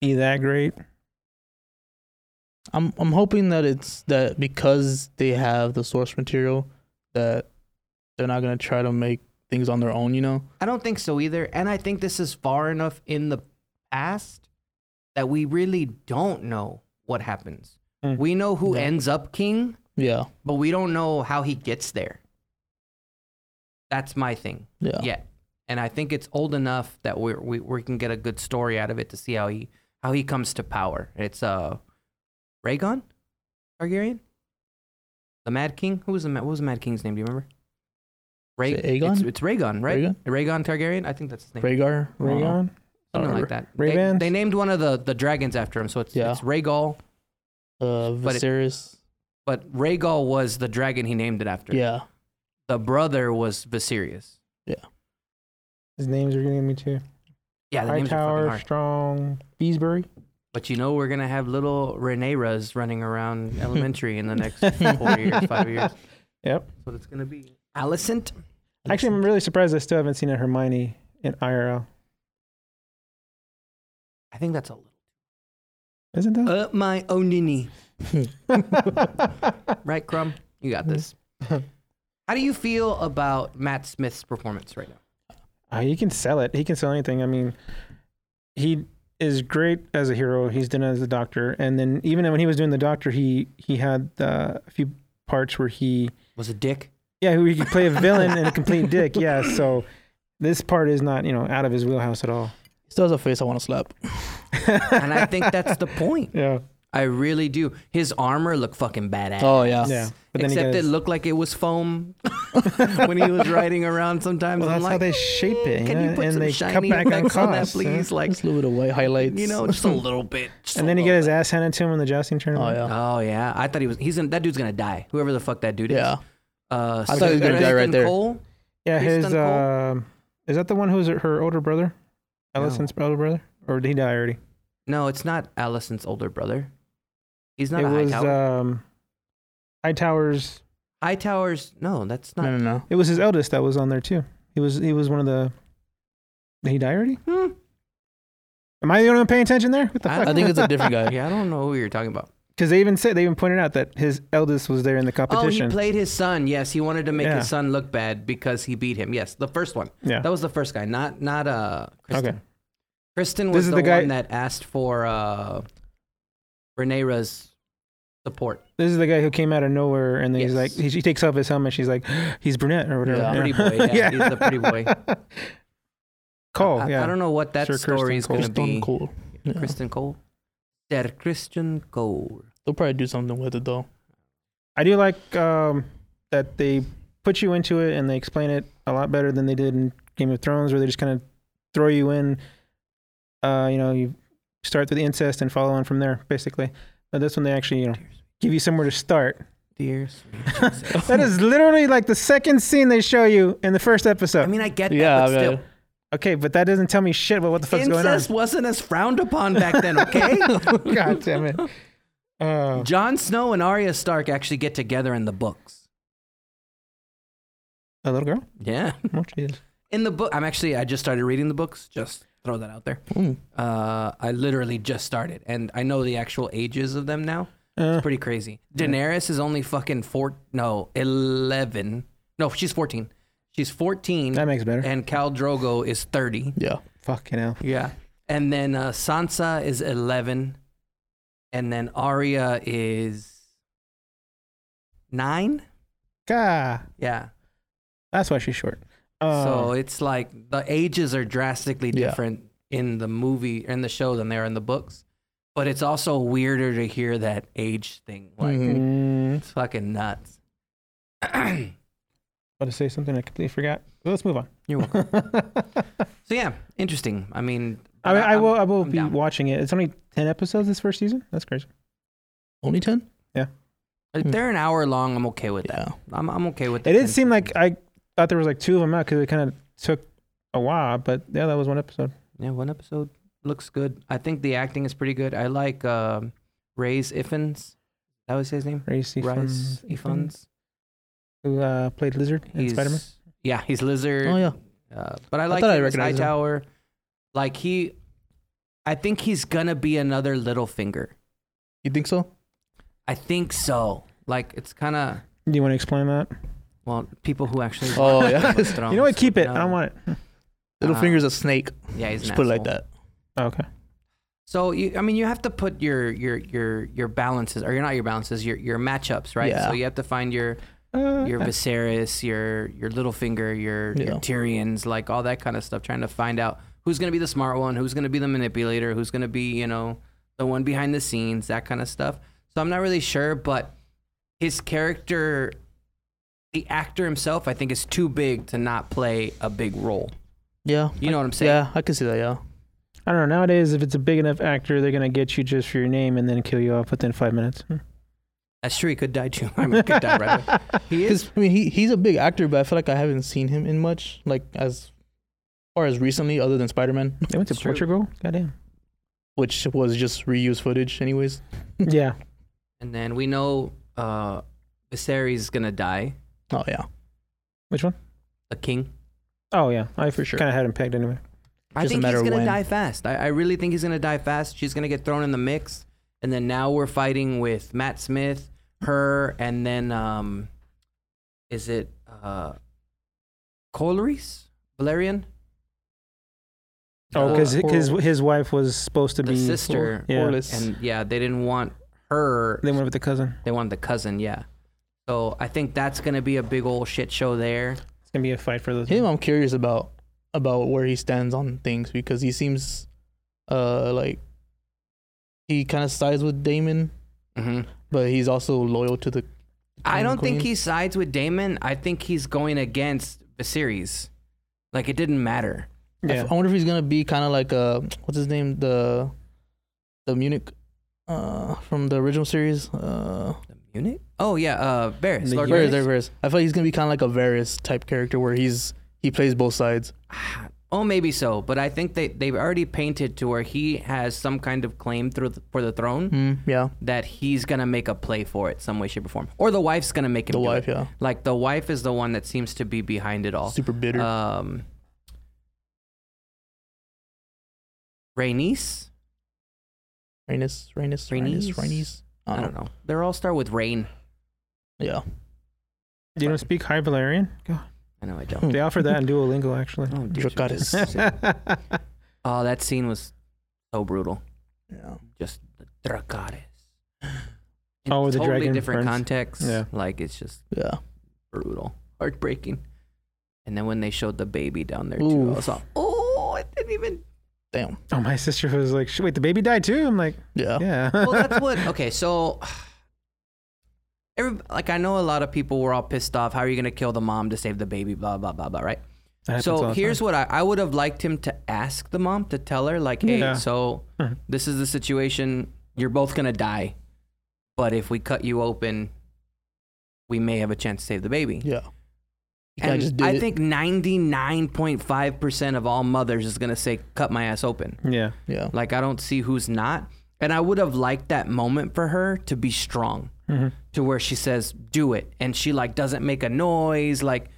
S2: be that great?
S1: I'm I'm hoping that it's that because they have the source material that they're not gonna try to make things on their own. You know.
S3: I don't think so either. And I think this is far enough in the past that we really don't know what happens.
S2: Mm.
S3: We know who
S1: Yeah.
S3: ends up king.
S1: Yeah.
S3: but we don't know how he gets there. That's my thing.
S1: Yeah.
S3: Yeah. And I think it's old enough that we're, we we can get a good story out of it to see how he how he comes to power. It's uh, Rhaegon, Targaryen, the Mad King. Who was the Ma- what was the Mad King's name? Do you remember? Rha-
S1: Is it Aegon?
S3: It's, it's Rhaegon, right?
S1: Rhaegon?
S3: Rhaegon? Targaryen. I think that's his name.
S1: Rhaegar. Rhaegar.
S2: Rayon?
S3: Something like that. They-
S2: Rhaeven's?
S3: They, named one of the, the dragons after him, so it's
S1: Yeah.
S3: it's Rhaegal.
S1: Uh,
S3: But it-
S1: Viserys.
S3: But Rhaegal was the dragon he named it after.
S1: yeah.
S3: The brother was Viserys.
S2: His names are getting me too.
S3: Yeah, the names are fucking
S2: Hightower,
S3: hard.
S2: Strong, Beesbury.
S3: But you know we're gonna have little Reneras running around elementary in the next four years, five years.
S2: Yep.
S3: That's what it's gonna be. Alicent?
S2: Actually, I'm really surprised I still haven't seen a Hermione in IRL.
S3: I think that's a little.
S2: Isn't that?
S3: Uh, my onini. Right, Crumb? You got this.
S2: Mm-hmm.
S3: How do you feel about Matt Smith's performance right now?
S2: Uh, he can sell it. He can sell anything. I mean, he is great as a hero. He's done as a doctor, and then even when he was doing the doctor, he he had uh, a few parts where he
S3: Was a dick?
S2: yeah who he could play a villain and a complete dick. Yeah, so this part is not you know out of his wheelhouse at all.
S1: He still has a face I want to slap.
S3: And I think that's the point.
S2: Yeah,
S3: I really do. His armor looked fucking badass.
S1: Oh yeah.
S2: yeah. But then he
S3: Except
S2: got
S3: it
S2: his-
S3: looked like it was foam when he was riding around sometimes.
S2: well,
S3: I'm
S2: that's
S3: like,
S2: how they shape it.
S3: Can
S2: know?
S3: you put
S2: and
S3: some
S2: they cut
S3: shiny
S2: back on
S3: effects on, that,
S2: costs. yeah.
S3: please? Like,
S1: Just a little bit of white highlights.
S3: you know, just a little bit. just
S2: And
S3: a
S2: then he got
S3: little
S2: his ass handed to him in the jousting
S1: Oh
S2: tournament.
S1: yeah.
S3: Oh yeah, I thought he was. He's gonna, that dude's gonna die. Whoever the fuck that dude is.
S1: Yeah.
S3: Uh,
S1: I thought he was gonna die right
S3: Stephen
S1: there.
S3: Cole?
S2: yeah, his
S3: Kristen Cole?
S2: um is that the one who's her older brother,
S3: No.
S2: Allison's older brother, or did he die already?
S3: No, it's not Allison's older brother. He's not
S2: it
S3: a
S2: was
S3: Hightower.
S2: um Hightower's
S3: Hightower's. No, that's not.
S1: No, no, no.
S2: it was his eldest that was on there too. He was he was one of the did he die already?
S3: Hmm.
S2: Am I the only one paying attention there? What the
S3: I-
S2: fuck?
S1: I think it's a different guy.
S3: Yeah, I don't know who you're talking about.
S2: Because they even said they even pointed out that his eldest was there in the
S3: Oh, he
S2: competition.
S3: played his son. Yes, he wanted to make
S2: Yeah.
S3: his son look bad because he beat him. Yes, the first one.
S2: yeah.
S3: That was the first guy. Not not uh. Kristen.
S2: Okay.
S3: Kristen
S2: This
S3: was
S2: is
S3: the,
S2: the guy-
S3: one that asked for uh, Renera's support.
S2: This is the guy who came out of nowhere and then he's like
S3: Yes.
S2: he, he takes off his helmet, she's like, he's brunette or whatever.
S1: Yeah.
S3: Pretty boy, yeah, he's the pretty boy.
S2: Cole,
S3: I,
S2: Oh, yeah.
S3: I don't know what that
S2: Sir Kristen
S3: story is
S2: Cole.
S3: going to be.
S1: Stone Cold. Yeah.
S3: Kristen Cole. Sir Christian Cole.
S1: They'll probably do something with it though.
S2: I do like um, that they put you into it and they explain it a lot better than they did in Game of Thrones, where they just kind of throw you in. Uh, you know, you start through the incest and follow on from there, basically. But this one, they actually, you know, give you somewhere to start.
S3: Dear sweet Jesus.
S2: That is literally like the second scene they show you in the first episode.
S3: I mean, I get that,
S1: Yeah.
S3: but still.
S2: okay, but that doesn't tell me shit about what the fuck's
S3: Incest wasn't as frowned upon back then, okay?
S2: going on. God damn it. Uh,
S3: Jon Snow and Arya Stark actually get together in the books.
S2: A little girl?
S3: Yeah.
S2: Oh, jeez.
S3: In the book, I'm actually I just started reading the books. Just throw that out there.
S1: Mm.
S3: Uh, I literally just started, and I know the actual ages of them now.
S2: Uh,
S3: It's pretty crazy. Daenerys is only fucking four. No, eleven. No, she's fourteen. She's fourteen,
S2: that makes it better.
S3: and Cal Drogo is thirty.
S1: Yeah.
S2: Fucking hell.
S3: Yeah. And then uh, Sansa is 11. And then Arya is 9.
S2: Gah.
S3: Yeah.
S2: That's why she's short. Uh,
S3: so it's like the ages are drastically
S1: Yeah.
S3: different in the movie, in the show than they are in the books. But it's also weirder to hear that age thing. Like,
S1: Mhm.
S2: mm,
S3: it's fucking nuts.
S2: about to say something I completely forgot. Well, let's move on.
S3: You're welcome.
S2: I
S3: so, yeah, interesting. I mean,
S2: mean, I
S3: I'm-
S2: will. I will
S3: I'm
S2: be
S3: down.
S2: watching it. It's only ten episodes this first season. That's crazy.
S1: Only ten.
S3: if they're an hour long, I'm okay with that.
S1: Yeah.
S3: I'm, I'm okay with that.
S2: It did seem like uh, I thought there was like two of them out because it kind of took a while. But yeah, that was one episode.
S3: Yeah, one episode looks good. I think the acting is pretty good. I like um, Ray's Iffens. That was his name.
S2: Racy
S3: Rice Iffens.
S2: who uh, played Lizard in
S3: He's
S2: Spider Man.
S3: Yeah, he's Lizard.
S1: Oh yeah.
S3: Uh, but I like
S1: thought I
S3: him as
S1: recognized him.
S3: Hightower. Like he, I think he's gonna be another Littlefinger.
S1: You think so?
S3: I think so. Like it's kind of
S2: Do you want to explain that?
S3: well, people who actually.
S1: Oh,
S3: watch
S1: yeah.
S3: Game of
S1: You
S3: Thrones
S2: you know what? Keep
S3: would
S2: it. I don't
S3: know.
S2: want it.
S1: Little
S3: Uh,
S1: finger's a snake.
S3: Yeah, he's an
S1: Just put it like
S3: asshole.
S1: that.
S2: Oh, okay.
S3: So you, I mean, you have to put your your your your balances, or you're not your balances, your your matchups, right?
S1: Yeah.
S3: So you have to find your
S2: Uh,
S3: your Viserys, your your Littlefinger, your,
S1: Yeah.
S3: your Tyrion's, like all that kind of stuff. Trying to find out who's going to be the smart one, who's going to be the manipulator, who's going to be you know the one behind the scenes, that kind of stuff. So I'm not really sure, but his character, the actor himself, I think is too big to not play a big role.
S1: Yeah.
S3: You know what I'm saying?
S1: Yeah, I can see that. Yeah.
S2: I don't know. Nowadays, if it's a big enough actor, they're gonna get you just for your name and then kill you off within five minutes. Hmm.
S3: That's true. He could die too. I mean, he could die right away. He is
S1: Because I mean, he he's a big actor, but I feel like I haven't seen him in much, like as far as recently, other than Spider Man,
S2: They went to
S3: It's true.
S2: Portugal. Goddamn.
S1: which was just reused footage, anyways.
S2: yeah.
S3: And then we know uh Viserys is gonna die,
S1: Oh yeah.
S2: Which one?
S3: the king.
S2: Oh yeah. I
S1: For sure.
S2: Kind of had him pegged anyway.
S3: I
S1: Just a
S3: think
S1: matter
S3: he's
S1: of
S3: gonna
S1: when.
S3: die fast. I, I really think he's gonna die fast. She's gonna get thrown in the mix, and then now we're fighting with Matt Smith, her, and then um, is it uh, Coloris Valerian?
S2: Oh,
S3: Uh,
S2: because
S1: or-
S2: his his wife was supposed to
S3: the
S2: be
S3: sister,
S2: Yeah.
S1: Orlis.
S3: and yeah, they didn't want her.
S2: They went with the cousin.
S3: They wanted the cousin. Yeah. So I think that's gonna be a big old shit show there.
S2: It's gonna be a fight for those.
S1: him i'm curious about about where he stands on things because he seems uh like he kind of sides with damon
S3: Mm-hmm.
S1: but he's also loyal to the
S3: I
S1: King,
S3: don't think
S1: queen.
S3: he sides with Damon. I think he's going against Viserys. Like it didn't matter.
S1: I f-
S2: Yeah.
S1: I, wonder if he's gonna be kind of like uh what's his name the the munich uh from the original series uh
S3: The Munich? Oh yeah, uh Varys.
S2: The
S3: Lord
S1: Varys,
S2: Varys?
S1: there, Varys. i feel like he's gonna be kind of like a Varys type character where he's he plays both sides
S3: Varys. Oh, maybe so, but I think they they've already painted to where he has some kind of claim through the, for the throne
S1: mm, yeah
S3: that he's gonna make a play for it some way, shape, or form, or the wife's gonna make him.
S1: the
S3: do
S1: wife
S3: it.
S1: yeah
S3: Like the wife is the one that seems to be behind it all.
S1: super bitter
S3: Um, Rhaenys.
S1: Rhaenys, Rhaenys, Rhaenys,
S3: Rhaenys?
S1: Rhaenys.
S3: I don't know. They're all start with rain.
S1: Yeah.
S2: You don't speak High Valerian? God.
S3: I know I don't.
S2: They offered that in Duolingo actually.
S3: Oh, dude,
S1: Hmm. Dracarys.
S3: you just- Oh, that scene was so brutal.
S1: Yeah.
S3: Just the Dracarys. In
S2: Oh, with the
S3: totally
S2: dragon
S3: different
S2: burns.
S3: context.
S2: Yeah.
S3: Like it's just
S1: Yeah.
S3: brutal, heartbreaking. And then when they showed the baby down there too, I was like, oh, it didn't even.
S1: Damn.
S2: oh, my sister was like, "Sh- "Wait, the baby died too?" I'm like,
S1: Yeah.
S2: "Yeah."
S3: Oh. Well, that's what. Okay, so. Every, like I know a lot of people were all pissed off. How are you gonna kill the mom to save the baby? Blah blah blah blah. Right.
S2: That happens all
S3: So
S2: the
S3: here's
S2: time.
S3: what I, I would have liked him to ask the mom to tell her, like, hey,
S2: Yeah.
S3: so
S2: Mhm.
S3: this is the situation. You're both gonna die, but if we cut you open, we may have a chance to save the baby.
S1: Yeah. You kinda
S3: And
S1: just did
S3: I
S1: it.
S3: think 99.5% of all mothers is gonna say, cut my ass open.
S2: yeah.
S1: Yeah.
S3: Like I don't see who's not. And I would have liked that moment for her to be strong
S2: Mhm.
S3: to where she says, "Do it," and she like doesn't make a noise, like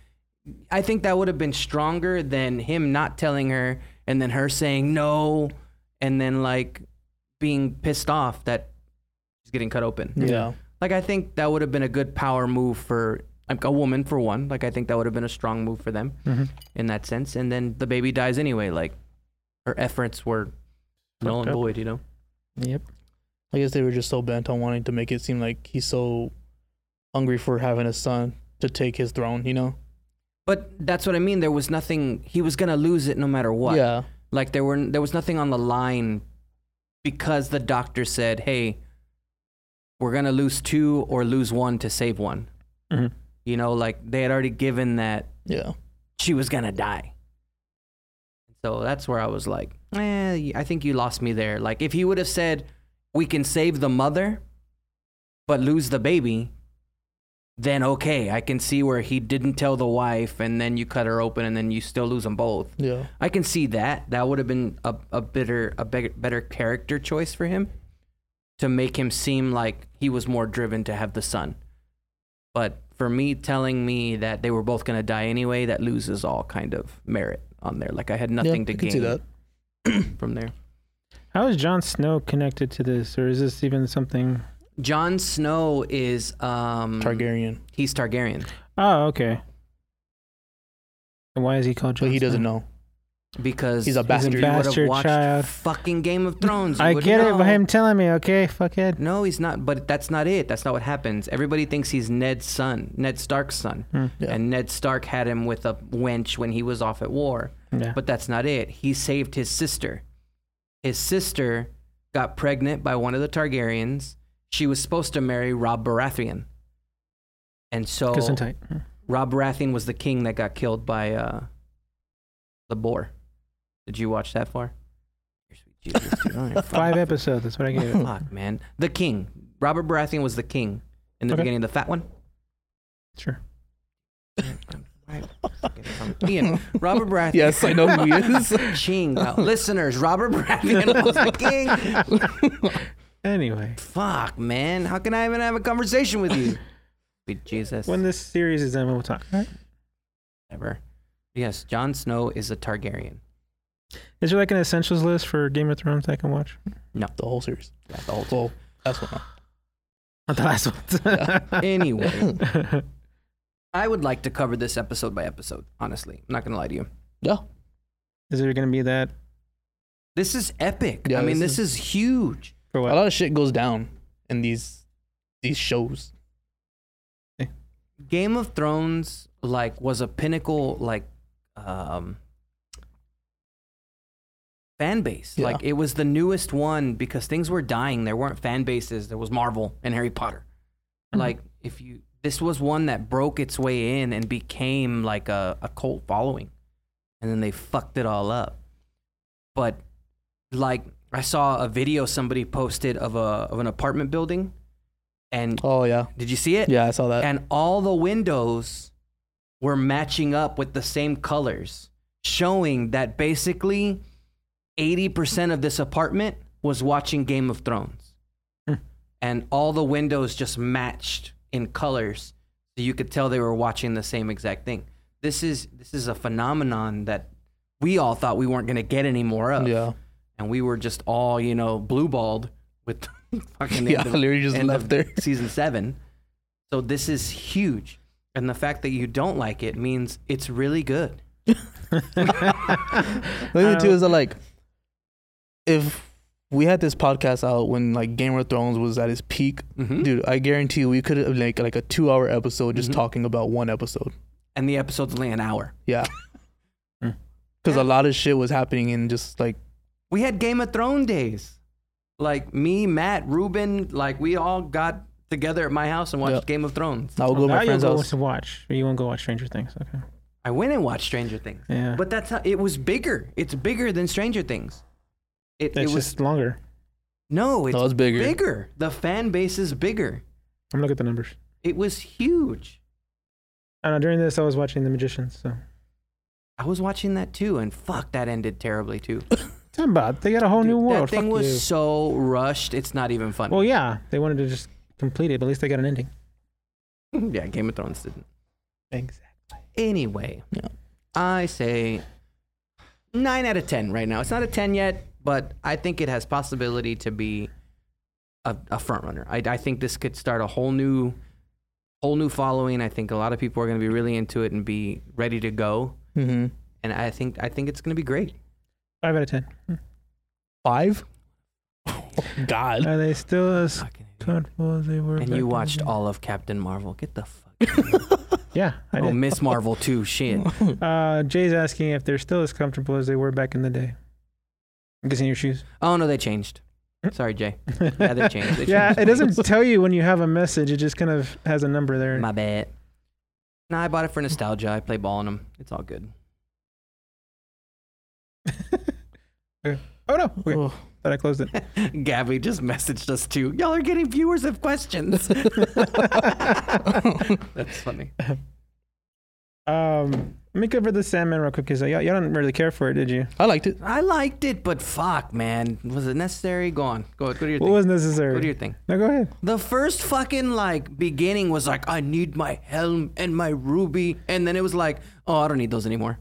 S3: I think that would have been stronger than him not telling her and then her saying no and then like being pissed off that she's getting cut open.
S1: Yeah.
S3: Like I think that would have been a good power move for like a woman for one. Like I think that would have been a strong move for them
S2: Mhm.
S3: in that sense. And then the baby dies anyway. Like her efforts were null and
S2: up.
S3: void. You know.
S2: Yep.
S1: I guess they were just so bent on wanting to make it seem like he's so hungry for having a son to take his throne, you know?
S3: But that's what I mean. There was nothing. He was gonna lose it no matter what.
S1: Yeah.
S3: Like there were there was nothing on the line because the doctor said, "Hey, we're gonna lose two or lose one to save one."
S2: Mhm.
S3: You know, like they had already given that
S1: Yeah.
S3: she was gonna die. So that's where I was like, eh, I think you lost me there. Like if he would have said, we can save the mother, but lose the baby, then okay, I can see where he didn't tell the wife, and then you cut her open, and then you still lose them both.
S1: Yeah.
S3: I can see that. That would have been a, a better a be- better character choice for him to make him seem like he was more driven to have the son. But for me, telling me that they were both gonna die anyway, that loses all kind of merit on there. Like I had nothing
S1: yeah,
S3: to
S1: I Can
S3: gain
S1: see that.
S3: from there.
S2: How is Jon Snow connected to this, or is this even something?
S3: Jon Snow is um
S1: Targaryen.
S3: He's Targaryen
S2: Oh, okay. And why is he called?
S1: But
S2: Jon
S1: he doesn't
S2: Snow?
S1: know.
S3: because
S1: He's a bastard.
S3: You would have
S2: bastard
S3: watched
S2: child.
S3: fucking Game of Thrones. you
S2: I
S3: would
S2: get it
S3: know.
S2: by him telling me. Okay, fuckhead.
S3: No, he's not. But that's not it. That's not what happens. Everybody thinks he's Ned's son, Ned Stark's son,
S1: Yeah.
S3: and Ned Stark had him with a wench when he was off at war.
S2: Yeah.
S3: But that's not it. He saved his sister. His sister got pregnant by one of the Targaryens. She was supposed to marry Rob Baratheon, and so
S2: Kiss and tight.
S3: Rob Baratheon was the king that got killed by uh, the boar. Did you watch that far? Your sweet Jesus, dude. I don't even
S2: Five episodes. That's what I
S1: Hmm.
S2: gave it.
S3: Fuck, man. The king. Robert Baratheon was the king in the
S2: Okay.
S3: beginning, the fat one.
S2: Sure.
S3: Ian, Robert Baratheon.
S1: Yes, I know who he is.
S3: Ching. Now, listeners, Robert Baratheon was the king.
S2: Anyway,
S3: Fuck, man. How can I even have a conversation with you? Sweet Jesus.
S2: when this series is done, we'll talk. all right?
S3: Whatever. Yes, Jon Snow is a Targaryen.
S2: Is there like an essentials list for Game of Thrones I can watch?
S1: the whole series.
S3: Yeah, the whole
S1: Well, that's what.
S2: Not the last one.
S3: Anyway,
S2: Yeah.
S3: I would like to cover this episode by episode, honestly. I'm not going to lie to you.
S1: Yeah.
S2: is there gonna be that
S3: This is epic.
S1: Yeah,
S3: I mean,
S1: this
S3: this is huge.
S2: for
S1: A
S2: what?
S1: lot of shit goes down in these these shows.
S3: Game of Thrones like was a pinnacle like um fan base.
S1: Yeah.
S3: Like it was the newest one because things were dying. There weren't fan bases. There was Marvel and Harry Potter.
S1: Mm-hmm.
S3: Like if you this was one that broke its way in and became like a, a cult following. And then they fucked it all up. But like I saw a video somebody posted of a of an apartment building and
S1: Oh yeah.
S3: did you see it?
S1: Yeah, I saw that.
S3: and all the windows were matching up with the same colors, showing that basically 80% of this apartment was watching Game of Thrones.
S2: Hmm.
S3: and all the windows just matched in colors so you could tell they were watching the same exact thing. This is this is a phenomenon that we all thought we weren't going to get any more of.
S1: yeah.
S3: And uh, we were just all, you know, blue balled with fucking
S1: Yeah,
S3: end of-
S1: literally just
S3: end
S1: left
S3: of
S1: there.
S3: season seven. So this is huge. And the fact that you don't like it means it's really good.
S1: The other
S3: um,
S1: two is that like, if we had this podcast out when like Game of Thrones was at its peak,
S3: Mhm.
S1: dude, I guarantee you we could have like like a two hour episode just
S3: Mhm.
S1: talking about one episode.
S3: And the episode's only an hour.
S1: Yeah.
S2: Mm.
S1: Because a lot of shit was happening in just like
S3: We had Game of Thrones days. Like me, Matt, Ruben, like we all got together at my house and watched
S1: Yep.
S3: Game of Thrones.
S1: I would go to
S2: now
S1: my
S2: you'll
S1: friend's
S2: go
S1: house.
S2: to watch. You won't go watch Stranger Things. Okay.
S3: I went and watched Stranger Things.
S2: Yeah.
S3: But that's how it was bigger. It's bigger than Stranger Things. It, it
S2: it's
S3: was
S2: just longer.
S3: no, it's,
S1: No, it's bigger.
S3: bigger. The fan base is bigger.
S2: I'm looking at the numbers.
S3: It was huge.
S2: I don't know, during this, I was watching The Magicians. So
S3: I was watching that too, and fuck, that ended terribly too.
S2: Tell them about it. they got a whole new
S3: Dude,
S2: world.
S3: That thing
S2: Fuck
S3: was
S2: you.
S3: so rushed. It's not even funny.
S2: Well, yeah, they wanted to just complete it, but at least they got an ending.
S3: yeah, Game of Thrones didn't.
S2: Exactly.
S3: Anyway,
S1: Yeah.
S3: I say nine out of ten right now. It's not a ten yet, but I think it has possibility to be a, a front runner. I, I think this could start a whole new, whole new following. I think a lot of people are going to be really into it and be ready to go.
S1: Mm-hmm.
S3: And I think I think it's going to be great.
S2: Five out of ten.
S1: Five. God.
S2: Are they still as
S3: Fucking idiot.
S2: comfortable as they were?
S3: And
S2: back
S3: you
S2: in the
S3: watched
S2: day?
S3: all of Captain Marvel. Get the fuck.
S2: Yeah, I
S3: Oh,
S2: did.
S3: Miss Marvel too. Shit.
S2: Uh, Jay's asking if they're still as comfortable as they were back in the day. I'm guessing your shoes.
S3: Oh no, they changed. Sorry, Jay. Yeah, they changed. They
S2: yeah,
S3: changed.
S2: it doesn't tell you when you have a message. It just kind of has a number there.
S3: My bad. Nah, I bought it for nostalgia. I play ball in them. It's all good.
S2: oh no! Okay,
S1: Oh,
S2: thought I closed it.
S3: Gabby just messaged us too. Y'all are getting viewers of questions. That's funny.
S2: Um, let me cover the Sandman real quick because y'all, y'all didn't really care for it, did you?
S1: I liked it.
S3: I liked it, but fuck, man, was it necessary? Go on. Go. Go to your
S2: What
S3: thing.
S2: was
S3: go to your
S2: necessary?
S3: thing.
S2: No, go ahead.
S3: The first fucking like beginning was like, I need my helm and my ruby, and then it was like, oh, I don't need those anymore.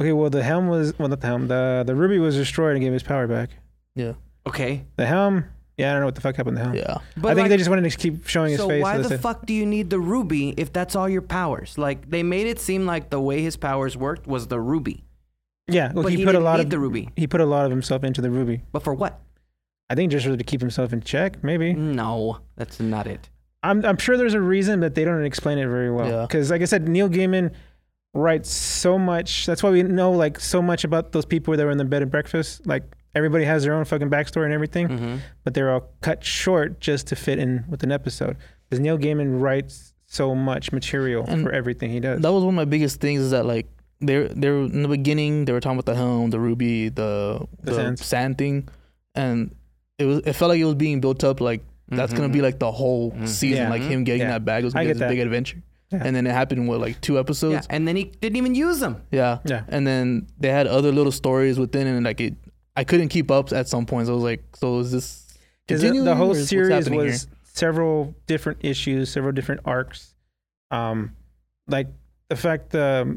S2: Okay, well the helm was well not the helm the the ruby was destroyed and gave his power back.
S1: Yeah.
S3: Okay.
S2: The helm, yeah, I don't know what the fuck happened to the helm.
S1: Yeah.
S3: But
S2: I think
S3: like,
S2: they just wanted to keep showing his
S3: so
S2: face.
S3: why
S2: so they
S3: the
S2: said-
S3: fuck do you need the ruby if that's all your powers? Like they made it seem like the way his powers worked was the ruby,
S2: yeah, well,
S3: but
S2: he,
S3: he
S2: put a
S3: didn't
S2: lot
S3: need
S2: of
S3: the ruby.
S2: he put a lot of himself into the ruby.
S3: But for what?
S2: I think just really to keep himself in check, maybe.
S1: Mm.
S3: No, that's not it.
S2: I'm I'm sure there's a reason that they don't explain it very well.
S1: Yeah.
S2: Because like I said, Neil Gaiman writes so much. That's why we know like so much about those people that were in the bed and breakfast. Like everybody has their own fucking backstory and everything,
S1: Mm-hmm.
S3: hmm
S2: but they're all cut short just to fit in with an episode. Because Neil Gaiman writes so much material
S1: And
S2: for everything he does.
S1: that was one of my biggest things is that like they're they're in the beginning they were talking about the helm, the ruby, the
S2: The
S1: the,
S2: sands.
S1: sand thing, and it was it felt like it was being built up like that's gonna be like the whole
S3: Mhm.
S1: season,
S2: Yeah.
S1: like him getting
S2: Yeah.
S1: that bag was
S2: I
S1: gonna be
S2: get
S1: this
S2: that.
S1: big adventure,
S2: Yeah.
S1: and then it happened what like two
S3: Yeah,
S1: episodes,
S3: and then he didn't even use them.
S1: yeah.
S2: Yeah.
S1: and then they had other little stories within, and like it, I couldn't keep up at some points. I was like, so is this
S2: 'Cause it- the
S1: continuing, or
S2: whole
S1: is what's
S2: series
S1: happening
S2: was several different issues, several different arcs. Um, like the fact the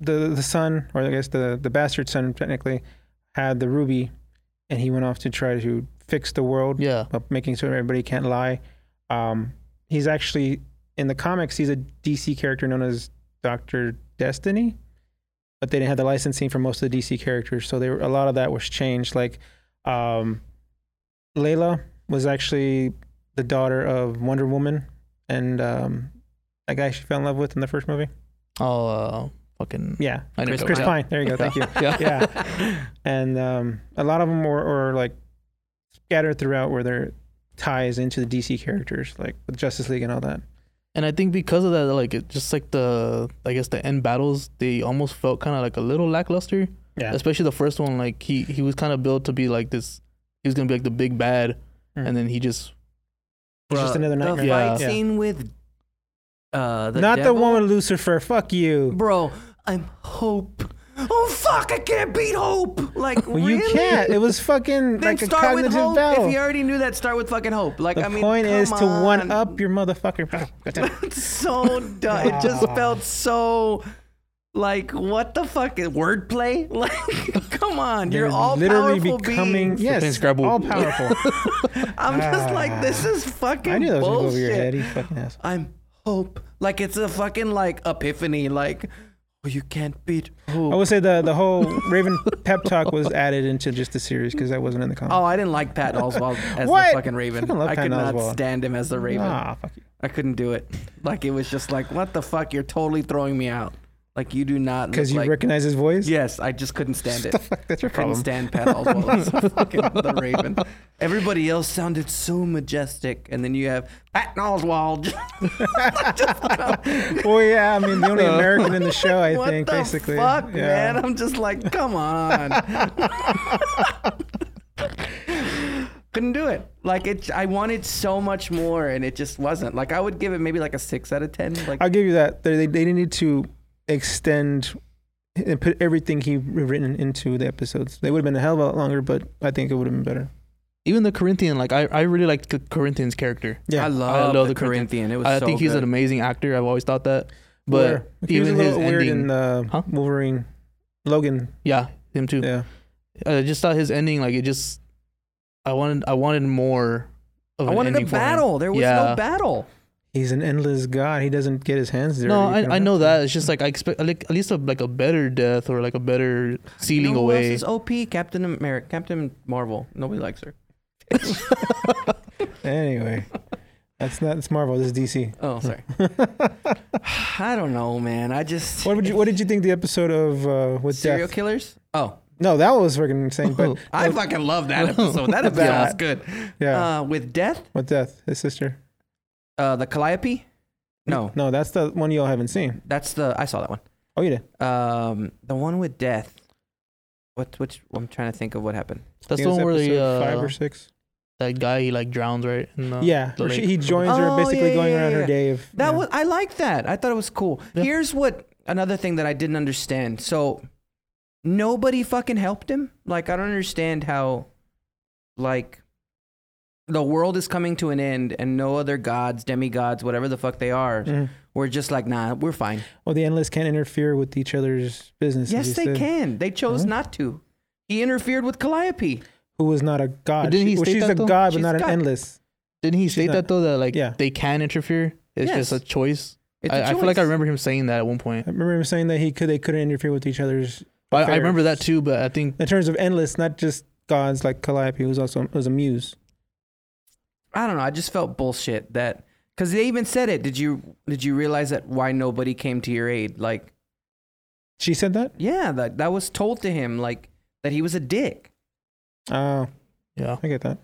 S2: the the son, or I guess the the bastard son, technically, had the ruby, and he went off to try to fix the world,
S1: here? yeah,
S2: of making sure everybody can't lie. Um, he's actually in the comics. He's a DC character known as Doctor Destiny, but they didn't have the licensing for most of the DC characters, so they were, a lot of that was changed. Like um, Layla was actually the daughter of Wonder Woman, and um, that guy she fell in love with in the first movie.
S1: oh uh, fucking
S2: Yeah,
S1: I
S3: Chris-
S1: know.
S2: Chris
S1: Yeah.
S2: Pine. There you go. Thank you.
S1: Yeah.
S2: Yeah, and um, a lot of them were, were like scattered throughout where their ties into the DC characters, like with Justice League and all that.
S1: And I think because of that, like it just like the I guess the end battles, they almost felt kind of like a little lackluster.
S2: Yeah.
S1: Especially the first one, like he he was kind of built to be like this. He was gonna be like the big bad,
S3: Hmm.
S2: Mm.
S1: and then he just
S2: It's just
S3: Bruh,
S2: another
S3: the
S2: nightmare.
S3: fight
S1: Yeah.
S2: Yeah.
S3: scene with uh, the
S2: Not
S3: devil?
S2: the one with Lucifer. Fuck you.
S3: bro. I'm hope. Oh fuck! I can't beat hope. Like
S2: Well,
S3: really?
S2: you can't. It was fucking
S3: Then
S2: like a
S3: start with
S2: cognitive
S3: hope.
S2: battle.
S3: If you already knew that, start with fucking hope. Like
S2: the
S3: I mean,
S2: point is
S3: come
S2: to one
S3: on.
S2: up your motherfucker.
S3: It's so dumb. It just
S2: Aw.
S3: felt so like what the fuck is wordplay? Like come on, you're all
S2: literally
S3: powerful
S2: becoming
S3: being.
S1: Flipping
S2: yes,
S1: Scrabble.
S2: all powerful.
S3: I'm just like this is fucking
S2: Ah. I knew that was gonna go over
S3: bullshit.
S2: your head. You fucking asshole.
S3: I'm hope. Like it's a fucking like epiphany. Like oh, you can't beat
S2: I
S3: hope.
S2: would say the the whole Raven pep talk was added into just the series because that wasn't in the comics.
S3: Oh, I didn't like Pat Oswald as
S2: What?
S3: the fucking Raven.
S2: Fucking love
S3: I
S2: Patton
S3: could not
S2: Oswalt.
S3: stand him as the Raven.
S2: ah, fuck you.
S3: I couldn't do it. Like it was just like, what the fuck? You're totally throwing me out. Like you do not.
S2: Because
S3: look
S2: you
S3: like,
S2: recognize his voice.
S3: Yes, I just couldn't stand it.
S2: Fuck, that's your
S3: Couldn't
S2: problem.
S3: stand Pat Oswalt as the fucking the Raven. Everybody else sounded so majestic, and then you have Pat Oswald.
S2: Well, yeah, I mean the only American in the show, I
S3: Uh. what
S2: think,
S3: the
S2: basically.
S3: fuck,
S2: yeah.
S3: man? I'm just like, come on. Couldn't do it. Like it, I wanted so much more, and it just wasn't. Like I would give it maybe like a six out of ten. Like
S2: I'll give you that. They, they, they didn't need to extend and put everything he written into the episodes. They would have been a hell of a lot longer, but I think it would have been better.
S1: even the Corinthian. Like I I really liked the Corinthian's character.
S2: Yeah.
S3: I love,
S1: I love
S3: the
S1: the
S3: Corinthian. It was.
S1: I
S3: so
S1: think he's
S3: good.
S1: an amazing actor. I've always thought that. But
S2: Where- he was
S1: even
S2: a
S1: his
S2: little weird
S1: ending,
S2: in uh,
S1: Huh?
S2: Wolverine, Logan.
S1: yeah, him too.
S2: Yeah,
S1: I just thought his ending, like it just, I wanted, I wanted more. Of
S3: I
S1: an
S3: wanted a
S1: ending for him.
S3: battle. There was
S1: Yeah.
S3: no battle.
S2: he's an endless god. He doesn't get his hands dirty.
S1: No,
S2: You can
S1: I, I know
S2: imagine.
S1: that. It's just like I expect like, at least a, like a better death or like a better
S3: You
S1: sealing
S3: know who else
S1: away.
S3: is OP? Captain America, Captain Marvel. Nobody likes her.
S2: Anyway, that's not. It's Marvel. This is DC.
S3: Oh, sorry. I don't know, man. I just
S2: What would you? What did you think the episode of uh, with
S3: serial
S2: death?
S3: killers. Oh,
S2: No, that was freaking insane. But
S3: I fucking love that episode. That episode
S2: Yeah.
S3: was good.
S2: yeah,
S3: Uh, with death,
S2: with death, his sister.
S3: uh, the Calliope. No,
S2: No, that's the one y'all haven't seen.
S3: that's the I saw that one.
S2: Oh, you did.
S3: Um, the one with death. What? Which? I'm trying to think of what happened.
S1: That's
S2: I
S1: the
S2: think
S1: one
S2: it
S1: where
S2: was
S1: the
S2: episode five
S1: uh,
S2: or six.
S1: that guy he like drowns right. uh, In the,
S2: yeah,
S1: the
S2: where she,
S1: lake.
S2: he joins her,
S3: Oh,
S2: basically
S3: yeah,
S2: going
S3: yeah,
S2: around
S3: yeah.
S2: her day of.
S3: That
S2: yeah.
S3: was I like that. I thought it was cool.
S1: Yeah.
S3: Here's what another thing that I didn't understand. So nobody fucking helped him. Like I don't understand how like the world is coming to an end and no other gods, demigods, whatever the fuck they are,
S2: Mhm.
S3: were just like, nah, we're fine.
S2: Well, the endless can't interfere with each other's business. as
S3: yes,
S2: you
S3: they
S2: said.
S3: can. They chose
S1: Uh-huh.
S2: Huh?
S3: not to. He interfered with Calliope.
S2: Who was not a god?
S1: But didn't he
S2: She- well,
S1: state
S2: she's
S1: that,
S2: a
S1: though?
S2: god, but
S3: She's
S2: not an
S3: God.
S2: endless.
S1: Didn't he
S2: She's
S1: state
S2: not-
S1: that though that like
S2: Yeah.
S1: they can interfere? It's just a
S3: Yes.
S1: choice.
S3: It's a
S1: I, I feel like I
S3: choice.
S1: remember him saying that at one point.
S2: I remember him saying that he could they couldn't interfere with each other's
S1: But I, I
S2: Fair.
S1: remember that too. But I think
S2: in terms of endless, not just gods like Calliope, who's also was a muse.
S3: I don't know. I just felt bullshit that because they even said it. Did you did you realize that why nobody came to your aid? Like
S2: She said that.
S3: Yeah, that that was told to him like that he was a dick.
S2: Oh,
S1: yeah,
S2: I get that.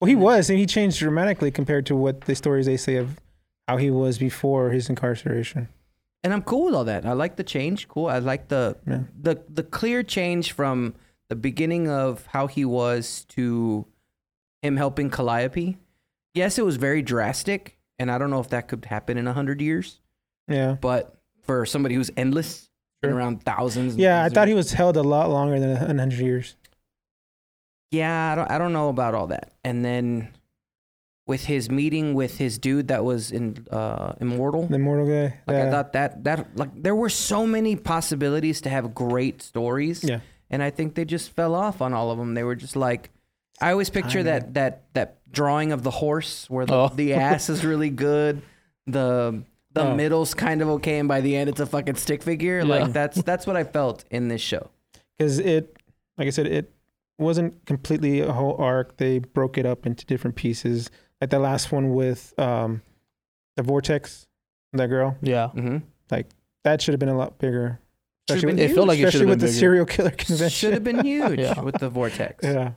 S2: Well, he was, and he changed dramatically compared to what the stories they say of how he was before his incarceration.
S3: And I'm cool with all that. I like the change. Cool. I like the
S2: Yeah.
S3: the the clear change from the beginning of how he was to him helping Calliope. Yes, it was very drastic, and I don't know if that could happen in a hundred years.
S2: Yeah.
S3: But for somebody who's endless, been
S2: Sure.
S3: around thousands. and
S2: Yeah, I
S3: thousands
S2: thought
S3: of-
S2: he was held a lot longer than 100 years.
S3: Yeah, I don't, I don't know about all that. And then with his meeting with his dude that was in uh, immortal.
S2: The mortal guy.
S3: Like I
S2: yeah.
S3: thought that that like there were so many possibilities to have great stories.
S2: Yeah.
S3: And I think they just fell off on all of them. They were just like I always picture
S2: Timing.
S3: that that that drawing of the horse where the,
S1: Oh.
S3: the ass is really good, the the
S2: Oh.
S3: middle's kind of okay and by the end it's a fucking stick figure.
S1: Yeah.
S3: Like that's that's what I felt in this show.
S2: because it, like I said, it wasn't completely a whole arc. They broke it up into different pieces. Like the last one with um, the vortex, that girl.
S1: yeah.
S3: Mhm.
S2: That should have been a lot bigger.
S3: Should've been
S2: Especially,
S1: It felt like it should have
S2: especially
S1: been
S2: with the
S1: bigger.
S2: serial killer convention.
S3: Should have been huge
S1: Yeah.
S3: with the vortex.
S2: yeah.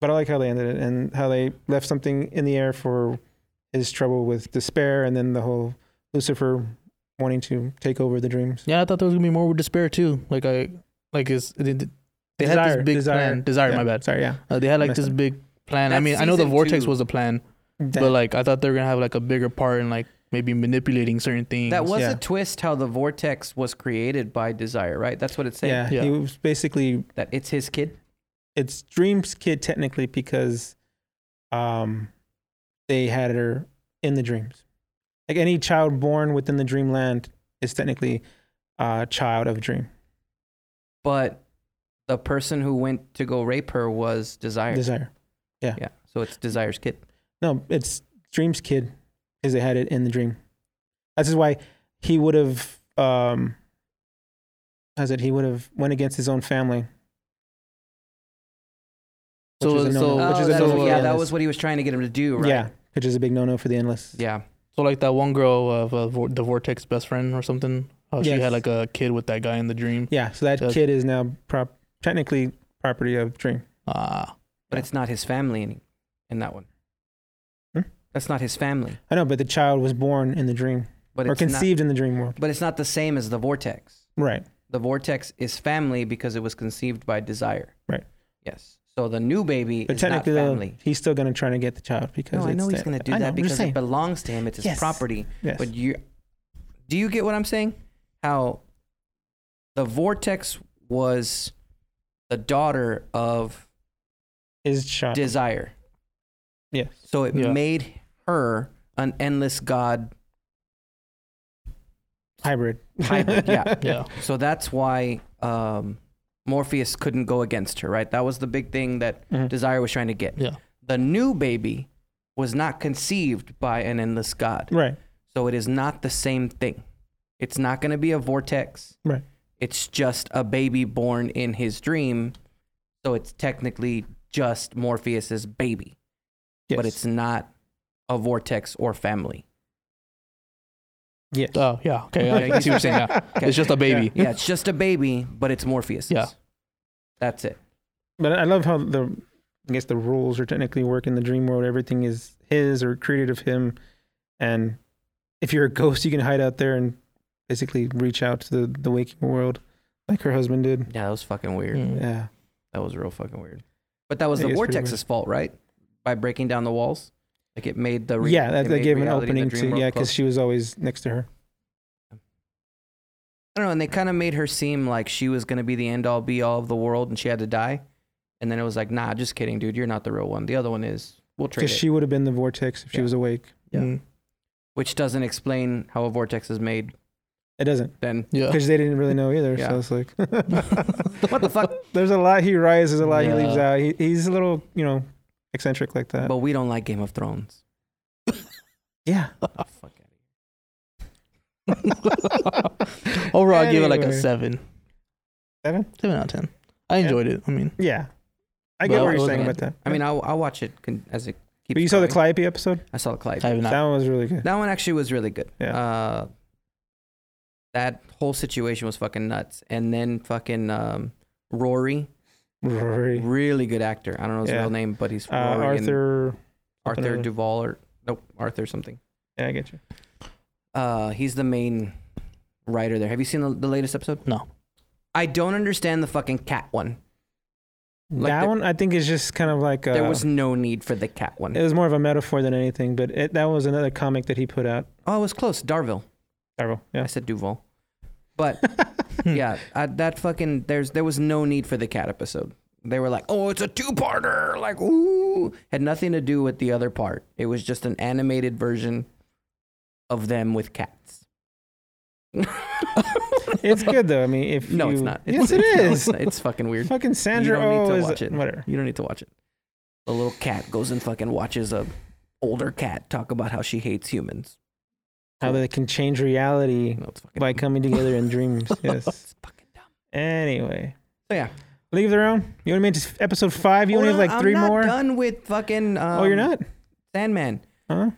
S2: But I like how they ended it and how they left something in the air for his trouble with despair and then the whole Lucifer wanting to take over the dreams.
S1: Yeah, I thought there was gonna be more with despair too. Like I, like is they, they had
S2: Desire,
S1: this big
S2: desire.
S1: plan. Desire,
S2: Yeah,
S1: my bad.
S2: Sorry, yeah.
S1: Uh, they had like
S2: Messed
S1: this
S2: up.
S1: big plan. I
S3: That's
S1: mean, I know the
S3: season
S1: vortex
S3: two.
S1: was a plan,
S2: That-
S1: but like I thought they were gonna have like a bigger part in like maybe manipulating certain things.
S3: That was
S2: Yeah.
S3: a twist how the vortex was created by desire, right? That's what it's saying.
S2: yeah,
S1: Yeah.
S2: he was basically
S3: That it's his kid.
S2: it's Dream's kid technically because um they had her in the dreams. Like any child born within the dreamland is technically a child of a dream.
S3: but the person who went to go rape her was Desire.
S2: Desire.
S3: yeah, so it's Desire's kid.
S2: No, it's Dream's kid because they had it in the dream. That's just why he would have um how's it he would have went against his own family.
S1: So-
S2: which is a
S1: so-
S2: no-no- which
S3: Oh,
S2: is a
S3: that's-
S1: another
S2: no-no
S1: one
S2: for
S3: yeah,
S2: the
S3: that
S2: endless.
S3: was what he was trying to get him to do, right?
S2: Yeah, which is a big no-no for the endless.
S3: yeah.
S1: so like that one girl of uh, vor- the vortex best friend or something. How she
S2: Yes.
S1: had like a kid with that guy in the dream.
S2: Yeah, so that
S1: So-
S2: kid is now prop technically property of Dream.
S1: Ah,
S3: But it's not his family in, in that one.
S2: Hmm?
S3: That's not his family.
S2: I know, but the child was born in the dream
S3: But
S2: or
S3: it's
S2: conceived in the dream world.
S3: Not, but it's not the same as the vortex.
S2: Right.
S3: The vortex is family because it was conceived by desire.
S2: Right.
S3: Yes. So the new baby
S2: But
S3: is not
S2: technically, though,
S3: family.
S2: he's still going to try to get the child because
S3: No, I
S2: it's
S3: know he's
S2: the-
S3: going to do
S2: I know,
S3: that
S2: I'm just
S3: because
S2: saying.
S3: it belongs to him. It's his
S2: Yes.
S3: property.
S2: Yes.
S3: But you, do you get what I'm saying? How the vortex was the daughter of
S2: His child.
S3: desire,
S2: yes.
S3: so it
S1: Yeah.
S3: made her an endless god
S2: hybrid.
S3: hybrid, yeah.
S1: Yeah.
S3: So that's why um, Morpheus couldn't go against her, right? That was the big thing that
S2: Mhm.
S3: Desire was trying to get.
S1: Yeah.
S3: The new baby was not conceived by an endless god.
S2: Right.
S3: So it is not the same thing. It's not going to be a vortex.
S2: Right.
S3: It's just a baby born in his dream. So it's technically just Morpheus's baby,
S2: Yes.
S3: but it's not a vortex or family.
S2: yes.
S1: Oh, yeah. Okay. I
S3: Yeah,
S1: can see what you're saying. Yeah. It's just a baby.
S3: Yeah, it's just a baby, but it's Morpheus's.
S1: Yeah.
S3: That's it.
S2: But I love how the I guess the rules are technically work in the dream world. Everything is his or created of him, and if you're a ghost, you can hide out there and basically reach out to the, the waking world, like her husband did.
S3: Yeah, that was fucking weird.
S1: Mm.
S2: Yeah,
S3: That was real fucking weird. But that was
S2: Hmm. It
S3: the
S2: is pretty
S3: vortex's fault, right? By breaking down the walls, like it made the re-
S2: yeah,
S3: it
S2: that, that
S3: made
S2: gave him an
S3: reality in the
S2: opening
S3: dream
S2: to
S3: world
S2: yeah, because
S3: close.
S2: she was always next to her.
S3: I don't know, and they kind of made her seem like she was gonna be the end all be all of the world, and she had to die. And then it was like, nah, just kidding, dude. You're not the real one. The other one is. We'll trade it,
S2: Because she would have been the vortex if she
S3: Yeah.
S2: was awake.
S3: Yeah.
S1: Mm.
S3: which doesn't explain how a vortex is made.
S2: It doesn't
S3: Then
S1: Yeah.
S2: because they didn't really know either.
S3: Yeah.
S2: So it's like
S3: what the fuck?
S2: there's a lot he rises, a lot he leaves
S1: Yeah.
S2: out. He, he's a little you know eccentric like that.
S3: But we don't like Game of Thrones.
S2: yeah,
S3: Oh, fuck it.
S1: Overall, I give it like a
S2: Anyway.
S1: seven.
S2: Seven?
S1: Seven out of ten. I
S2: Yeah.
S1: enjoyed it. I mean,
S2: yeah. I
S1: But
S2: get
S1: I
S2: what you're
S1: wasn't
S2: saying
S1: in-
S2: about that.
S3: I mean, I'll, I'll watch it con- as it keeps.
S2: But you saw the
S3: going.
S2: Calliope episode?
S3: I saw the Clive.
S1: I have not.
S2: That one was really good.
S3: That one actually was really good.
S2: Yeah.
S3: Uh, that whole situation was fucking nuts. And then fucking um, Rory,
S2: Rory.
S3: really good actor. I don't know his
S2: Yeah.
S3: real name, but he's
S2: Uh,
S3: Rory and
S2: Arthur. something or
S3: Arthur
S2: other.
S3: Duvall or nope, Arthur something.
S2: Yeah, I get you.
S3: Uh, he's the main writer there. Have you seen the, the latest episode?
S1: No.
S3: I don't understand the fucking cat one. Like
S2: that
S3: the-
S2: one, I think, is just kind of like. Uh,
S3: There was no need for the cat one.
S2: It was more of a metaphor than anything, but it, that was another comic that he put out.
S3: oh, it was close. Darville.
S2: Darryl,
S3: I
S2: yeah.
S3: said Duval. But
S2: Hmm.
S3: yeah, I, that fucking there's there was no need for the cat episode. They were like, "Oh, it's a two-parter." Like, ooh, had nothing to do with the other part. It was just an animated version of them with cats.
S2: It's good though. I mean, if
S3: No,
S2: you,
S3: it's not.
S2: Yes, it
S3: No,
S2: is.
S3: it's, not. It's fucking weird.
S2: Fucking Sandra
S3: You don't need
S2: Oh
S3: to
S2: is
S3: watch it.
S2: whatever.
S3: You don't need to watch it. A little cat goes and fucking watches a older cat talk about how she hates humans.
S2: How they can change reality
S3: No, it's fucking
S2: by coming together in dreams. Yes.
S3: It's fucking dumb.
S2: Anyway,
S3: So yeah,
S2: League of Their Own. You only made it to episode five. You only
S3: Hold
S2: have
S3: on,
S2: like three
S3: I'm not
S2: more.
S3: Done with fucking. Um,
S2: oh, you're not?
S3: Sandman.
S2: Huh?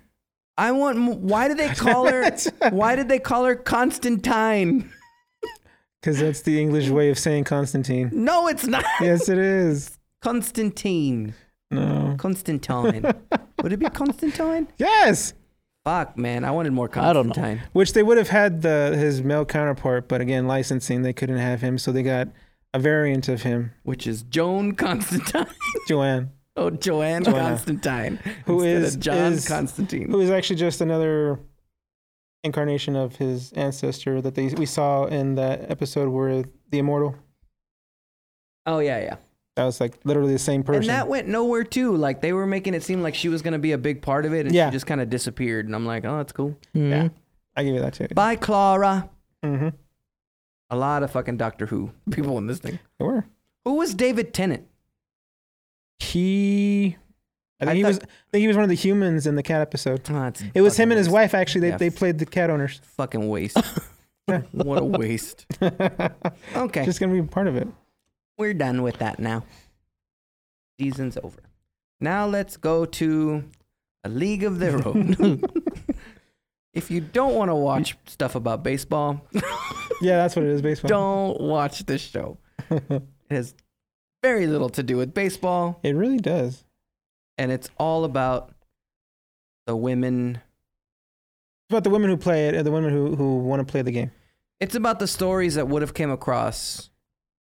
S3: I want. m- Why did they call her? why did they call her Constantine?
S2: Because that's the English way of saying Constantine.
S3: No, it's not
S2: yes, it is.
S3: Constantine.
S2: No.
S3: Constantine. Would it be Constantine?
S2: Yes,
S3: Fuck, man. I wanted more
S1: I don't know.
S3: Constantine.
S2: which they would have had the his male counterpart, but again, licensing they couldn't have him, so they got a variant of him,
S3: Which is Joan Constantine.
S2: Joanne,
S3: Oh, Joanne
S2: Joanna.
S3: Constantine.
S2: Who
S3: instead
S2: is-
S3: of John
S2: is-
S3: Constantine?
S2: who is actually just another incarnation of his ancestor that they we saw in that episode where the immortal.
S3: oh yeah, yeah.
S2: That was like literally the same person.
S3: And that went nowhere too. Like they were making it seem like she was gonna be a big part of it, and
S2: Yeah. Mm-hmm.
S3: she just kind of disappeared. And I'm like, oh, that's cool.
S1: Mm.
S2: I give you that too.
S3: Bye, Clara.
S2: Mm-hmm.
S3: A lot of fucking Doctor Who people in this thing.
S2: They were.
S3: Who was David Tennant?
S2: He. I think
S3: I
S2: he
S3: thought-
S2: was. I think he was one of the humans in the cat episode.
S3: Oh, that's
S2: It was
S3: fucking
S2: him and his
S3: waste.
S2: wife. Actually, they,
S3: Yeah.
S2: they played the cat owners.
S3: Fucking waste. what a waste. Okay,
S2: Just gonna be part of it.
S3: we're done with that now. Season's over. Now let's go to a league of their own. if you don't want to watch stuff about baseball,
S2: Yeah, that's what it is. Baseball.
S3: don't watch this show. It has very little to do with baseball,
S2: it really does.
S3: and it's all about the women.
S2: It's about the women who play it and the women who, who want to play the game.
S3: It's about the stories that would have came across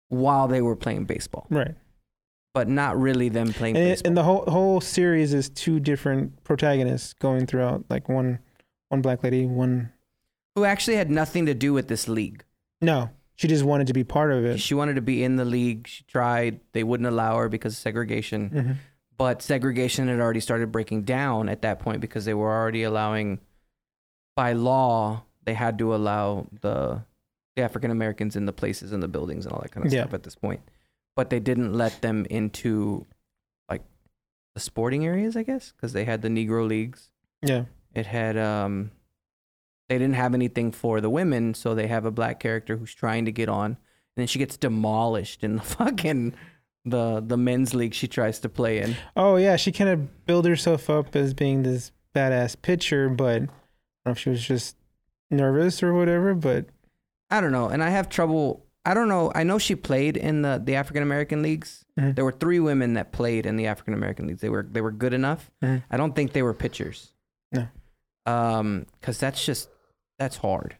S3: while they were playing baseball,
S2: Right.
S3: but not really them playing
S2: And, it,
S3: baseball.
S2: and the whole whole series is two different protagonists going throughout, like one one black lady, one
S3: Who actually had nothing to do with this league.
S2: no. She just wanted to be part of it.
S3: She wanted to be in the league. She tried. They wouldn't allow her because of segregation.
S2: Mhm.
S3: But segregation had already started breaking down at that point because they were already allowing, by law, they had to allow the, the African Americans in the places and the buildings and all that kind of
S2: Yeah.
S3: stuff at this point. But they didn't let them into like the sporting areas, I guess, because they had the Negro leagues.
S2: Yeah.
S3: It had um they didn't have anything for the women, so they have a black character who's trying to get on, and then she gets demolished in the fucking the the men's league she tries to play in.
S2: Oh yeah, she kind of built herself up as being this badass pitcher, but I don't know if she was just nervous or whatever. But
S3: I don't know, and I have trouble. I don't know. I know she played in the the African American leagues.
S2: Mhm.
S3: There were three women that played in the African American leagues. They were they were good enough.
S2: Mhm.
S3: I don't think they were pitchers.
S2: No.
S3: Um, because that's just that's hard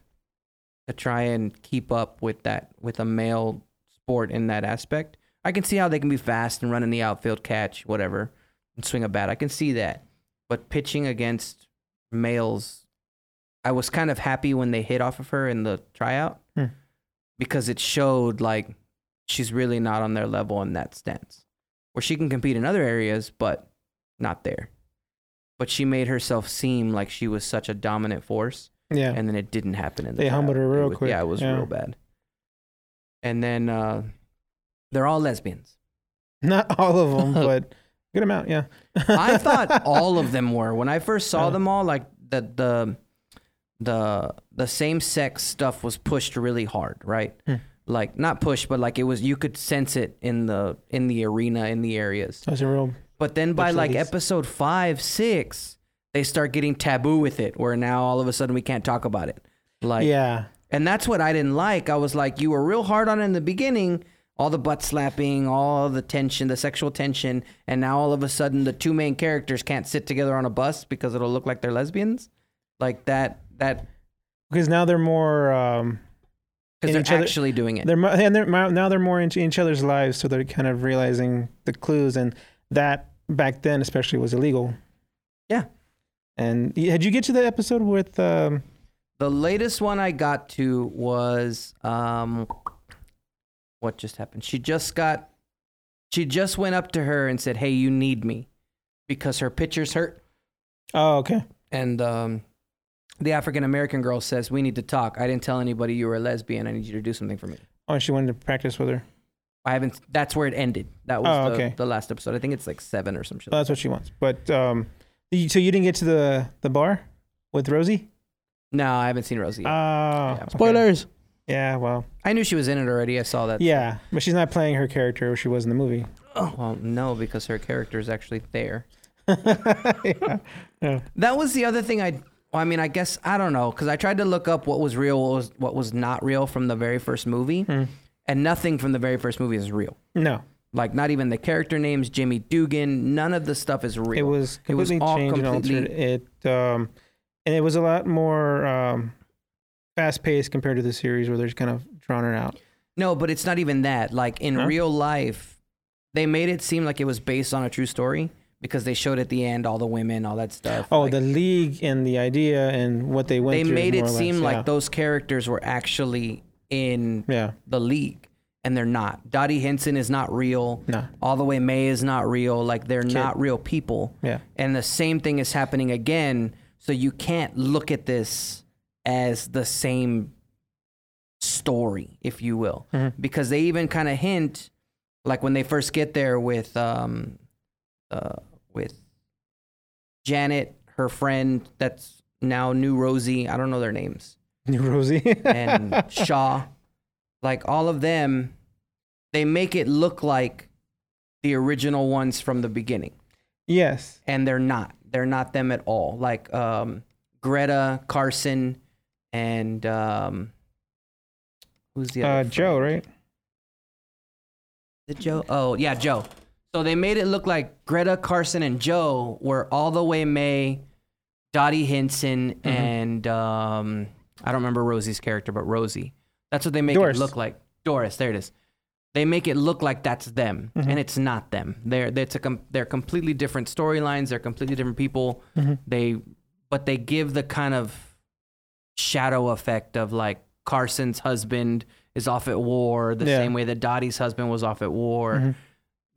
S3: to try and keep up with that with a male sport in that aspect. I can see how they can be fast and run in the outfield, catch whatever, and swing a bat. I can see that, but pitching against males, I was kind of happy when they hit off of her in the tryout
S2: Hmm.
S3: because it showed like she's really not on their level in that stance, where she can compete in other areas, but not there. But she made herself seem like she was such a dominant force
S2: yeah,
S3: and then it didn't happen in the
S2: They
S3: trial.
S2: humbled her real
S3: It was-
S2: quick,
S3: Yeah, it was
S2: yeah.
S3: real bad. And then uh, they're all lesbians.
S2: not all of them, but a good amount. Yeah.
S3: I thought all of them were when I first saw
S2: Yeah.
S3: them all. Like the the the the same sex stuff was pushed really hard, right?
S2: Hmm.
S3: Like not pushed, but like it was you could sense it in the in the arena in the areas.
S2: That was a real.
S3: But then by
S2: Which
S3: like
S2: ladies?
S3: episode five, six, they start getting taboo with it, where now all of a sudden we can't talk about it. Like
S2: yeah.
S3: And that's what I didn't like. I was like, you were real hard on it in the beginning, all the butt slapping, all the tension, the sexual tension, and now all of a sudden the two main characters can't sit together on a bus because it'll look like they're lesbians. Like that that
S2: Because now they're more. Um, And
S3: because they're
S2: each other-
S3: actually doing it.
S2: they're mo- and they're mo- now they're more into each other's lives, so they're kind of realizing the clues, and that back then especially was illegal.
S3: Yeah.
S2: And y- had you get to the episode with? Um,
S3: The latest one I got to was um what just happened? She just got she just went up to her and said, "Hey, you need me." Because her pitcher's hurt.
S2: oh, okay.
S3: and um, the African American girl says, "We need to talk. I didn't tell anybody you were a lesbian. I need you to do something for me."
S2: Oh, and she wanted to practice with her.
S3: I haven't. That's where it ended. That was
S2: Oh,
S3: the,
S2: okay.
S3: the last episode. I think it's like seven or some shit.
S2: Well, that's what she wants. But um, you- so you didn't get to the the bar with Rosie?
S3: no, I haven't seen Rosie. yet.
S2: Ah,
S3: Yeah.
S2: okay.
S1: Spoilers.
S2: Yeah, well,
S3: I knew she was in it already. I saw that.
S2: yeah, but she's not playing her character where she was in the movie.
S3: Oh, well, no, because her character is actually there.
S2: yeah. yeah.
S3: That was the other thing. I. Well, I mean, I guess I don't know because I tried to look up what was real, what was what was not real from the very first movie, and nothing from the very first movie is real.
S2: Hmm. No,
S3: Like not even the character names, Jimmy Dugan. None of the stuff is real.
S2: it was
S3: It was
S2: completely
S3: all
S2: changed and
S3: completely-
S2: altered. It um, and it was a lot more um, fast paced compared to the series where they're just kind of drawn it out.
S3: No, but it's not even that. Like in
S2: Huh?
S3: real life, they made it seem like it was based on a true story because they showed at the end all the women, all that stuff.
S2: Oh,
S3: Like,
S2: the league and the idea and what they went
S3: they
S2: through. is
S3: made it
S2: more or less-
S3: seem
S2: yeah.
S3: like those characters were actually in
S2: Yeah,
S3: the league, and they're not. Dottie Henson is not real.
S2: No.
S3: All the way May is not real. Like they're not real people.
S2: yeah.
S3: And the same thing is happening again. So you can't look at this as the same story, if you will,
S2: Mhm.
S3: because they even kind of hint, like when they first get there with, um, uh, with Janet, her friend that's now new Rosie. I don't know their names
S2: New Rosie.
S3: and Shaw, like all of them, they make it look like the original ones from the beginning,
S2: yes.
S3: and they're not. They're not them at all. Like um, Greta Carson and um, who's the other
S2: Uh, Joe,
S3: friend?
S2: right?
S3: The Joe? Oh yeah, Joe. So they made it look like Greta Carson and Joe were all the way May, Dottie Henson,
S2: Mm-hmm.
S3: and um, I don't remember Rosie's character, but Rosie. That's what they make
S2: Doris.
S3: it look like. Doris, there it is. They make it look like that's them,
S2: Mm-hmm.
S3: and it's not them. They're they're, it's a com- they're completely different storylines. They're completely different people. They, but they give the kind of shadow effect of like Carson's husband is off at war the
S2: Yeah.
S3: same way that Dottie's husband was off at war.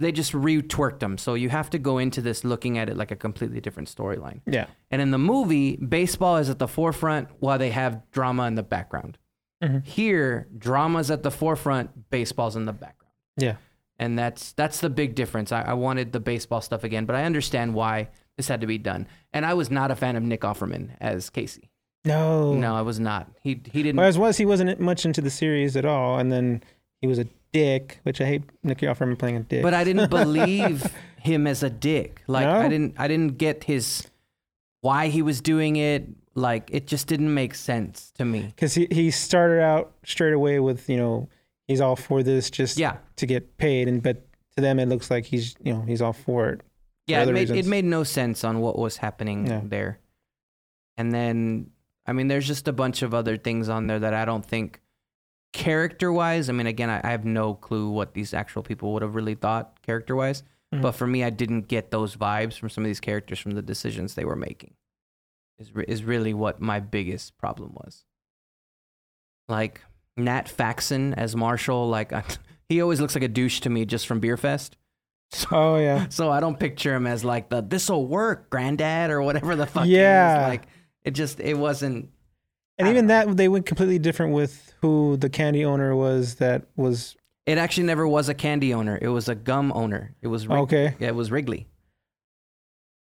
S3: they just retwerked them. So you have to go into this looking at it like a completely different storyline.
S2: Yeah.
S3: And in the movie, baseball is at the forefront while they have drama in the background.
S2: Mhm.
S3: Here, drama's at the forefront, baseball's in the background.
S2: Yeah.
S3: And that's that's the big difference. I, I wanted the baseball stuff again, but I understand why this had to be done. And I was not a fan of Nick Offerman as Casey.
S2: No.
S3: No, I was not. He he didn't.
S2: Well, as was, he wasn't much into the series at all, and then he was a dick, which I hate Nicky Offerman playing a dick.
S3: but I didn't believe him as a dick. Like I
S2: No?
S3: didn't I didn't get his why he was doing it. Like it just didn't make sense to me.
S2: because he, he started out straight away with you know he's all for this just
S3: Yeah.
S2: to get paid, and but to them it looks like he's you know he's all for it.
S3: Yeah, it
S2: other
S3: made, it
S2: reasons.
S3: made no sense on what was happening
S2: Yeah.
S3: there. And then I mean there's just a bunch of other things on there that I don't think character wise, I mean again I, I have no clue what these actual people would have really thought character wise.
S2: Mm-hmm.
S3: But for me I didn't get those vibes from some of these characters from the decisions they were making. Is re- is really what my biggest problem was. Like Nat Faxon as Marshall, like he always looks like a douche to me just from Beer Fest.
S2: oh yeah,
S3: So I don't picture him as like the this'll work, granddad, or whatever the fuck. He
S2: Yeah.
S3: is. Like it just it wasn't
S2: and even that they went completely different with who the candy owner was. That was
S3: it actually never was a candy owner. It was a gum owner. It was Wrig-
S2: okay.
S3: yeah, it was Wrigley.